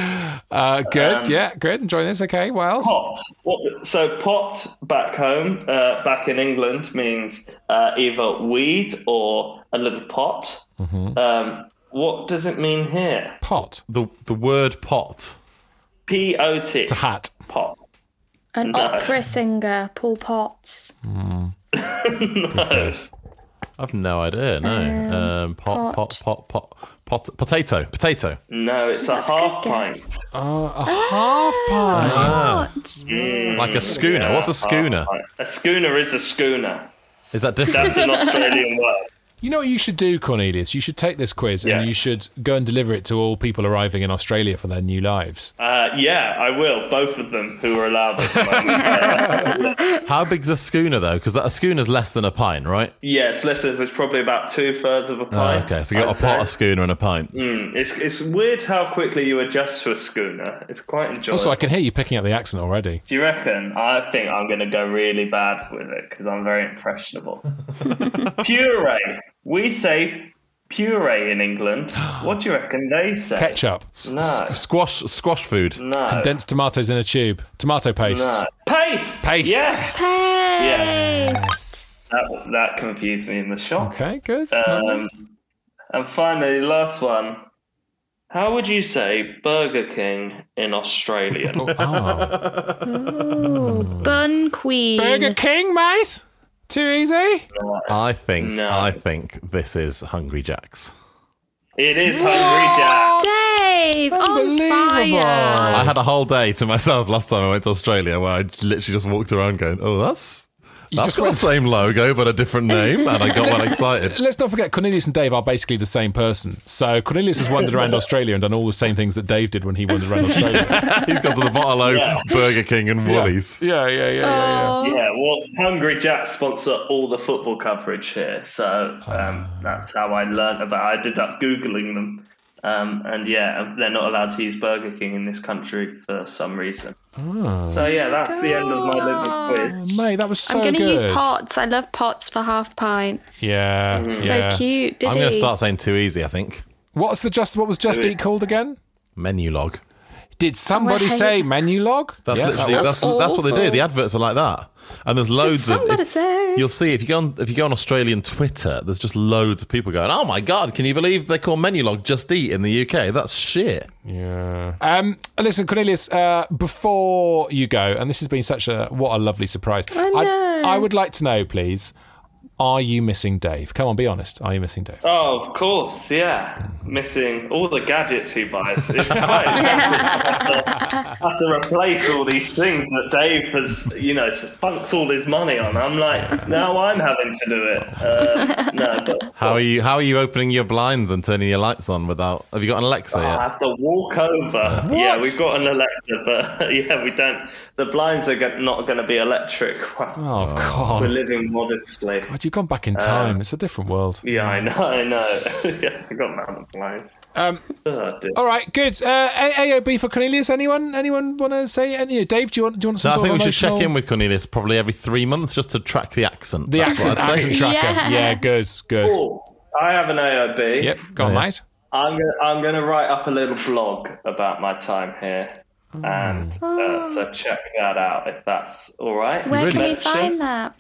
Speaker 5: Uh, good, yeah, good. Enjoy this. Okay, what else?
Speaker 7: pot. What the- so pot back home, uh, back in England, means uh, either weed or a little pot.
Speaker 5: Mm-hmm.
Speaker 7: Um, what does it mean here?
Speaker 5: Pot.
Speaker 4: The the word pot.
Speaker 7: P O T
Speaker 5: It's a hat.
Speaker 7: pot.
Speaker 3: An opera singer, Paul Potts.
Speaker 4: I've no idea. No. Um, pot, pot,
Speaker 3: pot.
Speaker 4: pot, pot, pot, potato, potato.
Speaker 7: No, it's a
Speaker 3: good
Speaker 7: half pint.
Speaker 3: guess.
Speaker 5: A half
Speaker 3: Ah.
Speaker 5: pint.
Speaker 3: Pot.
Speaker 4: Ah. Like a schooner. What's a schooner?
Speaker 7: A schooner is a schooner.
Speaker 4: Is that different?
Speaker 7: That's an Australian word.
Speaker 5: You know what you should do, Cornelius? You should take this quiz
Speaker 7: Yeah.
Speaker 5: and you should go and deliver it to all people arriving in Australia for their new lives.
Speaker 7: Uh, yeah, I will. Both of them who are allowed at the moment.
Speaker 4: How big's a schooner though? Because a schooner's less than a pint, right? Ah,
Speaker 7: yes, listen, it's probably about two thirds of a pint.
Speaker 4: Oh, Okay, so you got
Speaker 7: I'd
Speaker 4: a pot, a
Speaker 7: say. Mm,
Speaker 4: schooner, and a pint.
Speaker 7: It's, it's weird how quickly you adjust to a schooner. It's quite enjoyable.
Speaker 5: Also, I can hear you picking up the accent already.
Speaker 7: Do you reckon? I think I'm going to go really bad with it because I'm very impressionable. puree. We say puree in England. What do you reckon they say?
Speaker 5: Ketchup,
Speaker 7: No.
Speaker 4: S- squash, squash food.
Speaker 7: no.
Speaker 5: condensed tomatoes in a tube, tomato paste.
Speaker 7: No. Pace.
Speaker 5: Pace.
Speaker 7: Yes. Yeah. That, that confused me in the shop.
Speaker 5: Okay, good.
Speaker 7: Um, and finally, last one. How would you say Burger King in Australian?
Speaker 5: oh.
Speaker 3: Bun Queen.
Speaker 5: Burger King, mate. Too easy.
Speaker 4: I think,
Speaker 7: No.
Speaker 4: I think this is Hungry Jack's.
Speaker 7: it is Hungry Jack.
Speaker 3: Dave, on fire.
Speaker 4: I had a whole day to myself last time I went to Australia, where I literally just walked around going, "Oh, that's
Speaker 5: You
Speaker 4: That's
Speaker 5: just
Speaker 4: got
Speaker 5: went
Speaker 4: the same logo but a different name, and I got one excited.
Speaker 5: Let's not forget, Cornelius and Dave are basically the same person. So Cornelius has wandered around Australia and done all the same things that Dave did when he wandered around Australia.
Speaker 4: He's gone to the Bottle Burger King, and Woolies.
Speaker 5: yeah, yeah, yeah, yeah, yeah.
Speaker 7: Yeah, well, Hungry Jack sponsor all the football coverage here, so
Speaker 5: Ah.
Speaker 7: um, that's how I learned about. I ended up googling them, um, and yeah, they're not allowed to use Burger King in this country for some reason.
Speaker 5: Ah.
Speaker 7: so yeah, that's the end of my Liverpool quiz.
Speaker 5: Oh, Mate, that was so
Speaker 3: I'm going to
Speaker 5: good.
Speaker 3: use pots. I love pots for half pint.
Speaker 5: Yeah, yeah.
Speaker 3: So cute, did
Speaker 4: I'm
Speaker 3: he?
Speaker 4: going to start saying too easy. I think
Speaker 5: What's the just? What was just eat called again?
Speaker 4: menu log.
Speaker 5: Did somebody say menu log?
Speaker 4: That's
Speaker 5: Yeah,
Speaker 4: literally
Speaker 5: that was-
Speaker 4: that's, that's what they do.
Speaker 3: awful.
Speaker 4: The adverts are like that, and there's loads of.
Speaker 3: somebody
Speaker 4: if-
Speaker 3: say?
Speaker 4: You'll see if you go on if you go on Australian Twitter, there's just loads of people going, "Oh my god, can you believe they call menu log just eat in the UK? That's shit." Uh,
Speaker 5: Um, listen, Cornelius. Uh, before you go, and this has been such a what a lovely surprise. I, I would like to know, please. Are you missing Dave? Come on, be honest. Are you missing Dave?
Speaker 7: Oh, of course, yeah. Missing all the gadgets he buys. It's quite expensive. I have to replace all these things that Dave has, you know, funks all his money on. I'm like, now I'm having to do it. Uh, no, but
Speaker 4: How are you? How are you opening your blinds and turning your lights on without? Have you got an
Speaker 5: Oh,
Speaker 4: Alexa
Speaker 7: I
Speaker 4: yet?
Speaker 7: have to walk over. Yeah, we've got an Alexa, but yeah, we don't. The blinds are go- not going to be electric. ones.
Speaker 5: Oh, God.
Speaker 7: We're living modestly.
Speaker 5: God, you've gone
Speaker 4: Uh,
Speaker 5: back in time. it's a different world.
Speaker 7: Yeah, I know, I know. yeah, I got mountain blinds.
Speaker 5: Um,
Speaker 7: Oh, dear.
Speaker 5: all right, good. Uh, A- AOB for Cornelius. Anyone? Anyone want to say? Any? uh, Dave, do you want? Do you want
Speaker 4: So
Speaker 5: some?
Speaker 4: I
Speaker 5: sort
Speaker 4: think we
Speaker 5: of
Speaker 4: should check in
Speaker 5: emotional-
Speaker 4: with Cornelius probably every three months just to track the accent.
Speaker 5: the
Speaker 4: That's
Speaker 5: accent,
Speaker 4: what I'd say.
Speaker 5: accent tracker.
Speaker 3: Yeah.
Speaker 5: Yeah, good, good.
Speaker 7: Oh, I have an AOB.
Speaker 5: Yep, go on, mate.
Speaker 7: I'm gonna I'm gonna write up a little blog about my time here,
Speaker 5: Oh.
Speaker 7: and uh, so check that out if that's all right.
Speaker 3: Oh. Where can we
Speaker 7: Connection.
Speaker 3: find that?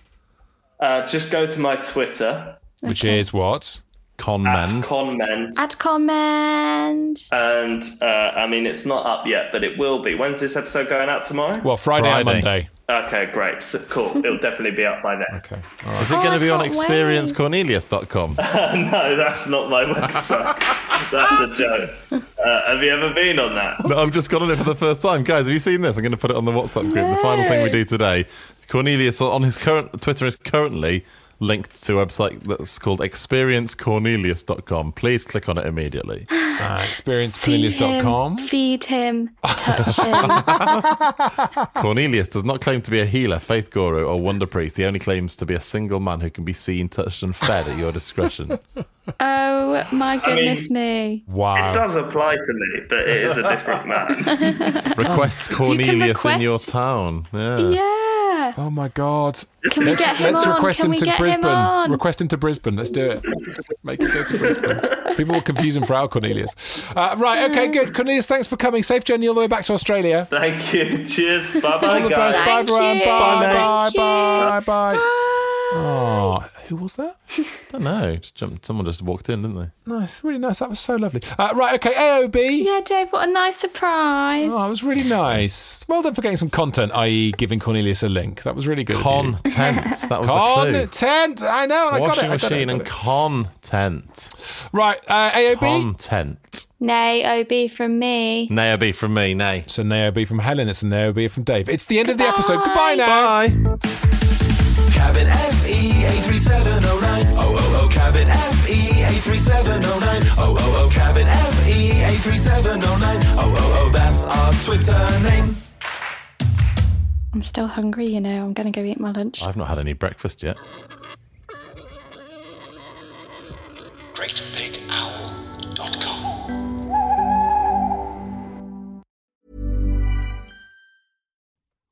Speaker 7: Uh, just go to my Twitter
Speaker 5: Which is what?
Speaker 4: Con
Speaker 7: at
Speaker 4: men.
Speaker 7: conment,
Speaker 3: Add comment.
Speaker 7: and uh, I mean it's not up yet, but it will be. When's this episode going out tomorrow?
Speaker 5: Well, Friday, and
Speaker 4: Friday.
Speaker 5: Monday.
Speaker 7: okay, great, so, cool. It'll definitely be up by then.
Speaker 5: Okay.
Speaker 4: Is it
Speaker 3: Oh,
Speaker 4: going
Speaker 3: I
Speaker 4: to be on
Speaker 3: can't wait.
Speaker 4: experiencecornelius.com?
Speaker 7: no, that's not my website. that's a joke. Uh, have you ever been on that?
Speaker 4: No, I've just got on it for the first time. Guys, have you seen this? I'm going to put it on the WhatsApp group. The final thing we do today. Cornelius on his current Twitter is currently linked to a website that's called experiencecornelius.com. Please click on it immediately.
Speaker 5: Uh,
Speaker 3: Feed him.
Speaker 5: experiencecornelius.com.
Speaker 3: Feed him. Touch him.
Speaker 4: Cornelius does not claim to be a healer, faith guru, or wonder priest. He only claims to be a single man who can be seen, touched, and fed at your discretion.
Speaker 3: oh my
Speaker 7: mean-
Speaker 3: goodness me.
Speaker 7: It
Speaker 5: Wow.
Speaker 7: does apply to me, but it is a different man.
Speaker 4: request Cornelius in
Speaker 3: request-
Speaker 4: your town. Yeah.
Speaker 3: Yeah.
Speaker 5: Oh my God.
Speaker 3: Can we get him
Speaker 5: Let's
Speaker 3: on?
Speaker 5: request
Speaker 3: Can
Speaker 5: him
Speaker 3: we
Speaker 5: to
Speaker 3: get
Speaker 5: Brisbane.
Speaker 3: him on?
Speaker 5: Request him to Brisbane. Let's do it. Make him go to Brisbane. People will confuse him for our Cornelius. Uh, right. Okay. Good. Cornelius, thanks for coming. Safe journey all the way back to Australia.
Speaker 7: Thank you. Cheers. Bye
Speaker 5: All
Speaker 7: bye,
Speaker 5: the
Speaker 7: guys.
Speaker 5: best. Bye,
Speaker 3: Thank
Speaker 5: everyone.
Speaker 3: you.
Speaker 5: Bye. Bye.
Speaker 3: Thank
Speaker 5: Bye.
Speaker 3: you.
Speaker 5: Bye. Oh, who was that?
Speaker 4: don't know. Just jumped. Someone just walked in, didn't they?
Speaker 5: Nice. Really nice. That was so lovely. Uh, right. Okay. AOB.
Speaker 3: Yeah, Dave, what a nice surprise.
Speaker 5: Oh, it was really nice. Well done for getting some content, i.e., giving Cornelius a link. That was really good. of you.
Speaker 4: Content. That was the clue.
Speaker 5: Content. I know. I got it.
Speaker 4: Washing
Speaker 5: I got
Speaker 4: machine
Speaker 5: it, I
Speaker 4: and
Speaker 5: got it.
Speaker 4: content.
Speaker 5: Right. Uh, AOB.
Speaker 4: Content.
Speaker 3: Nay, OB from me.
Speaker 4: Nay, be from me. Nay.
Speaker 5: It's a Naob from Helen. It's a Naob from Dave. It's the end of the episode. Goodbye now.
Speaker 4: Bye.
Speaker 8: Cabin FE 83709. Oh, oh, oh, cabin FE 83709. Oh, oh, oh, cabin FE 83709. Oh, oh, oh, that's our Twitter name.
Speaker 3: I'm still hungry, you know. I'm going to go eat my lunch.
Speaker 4: I've not had any breakfast yet.
Speaker 2: GreatBigOwl.com.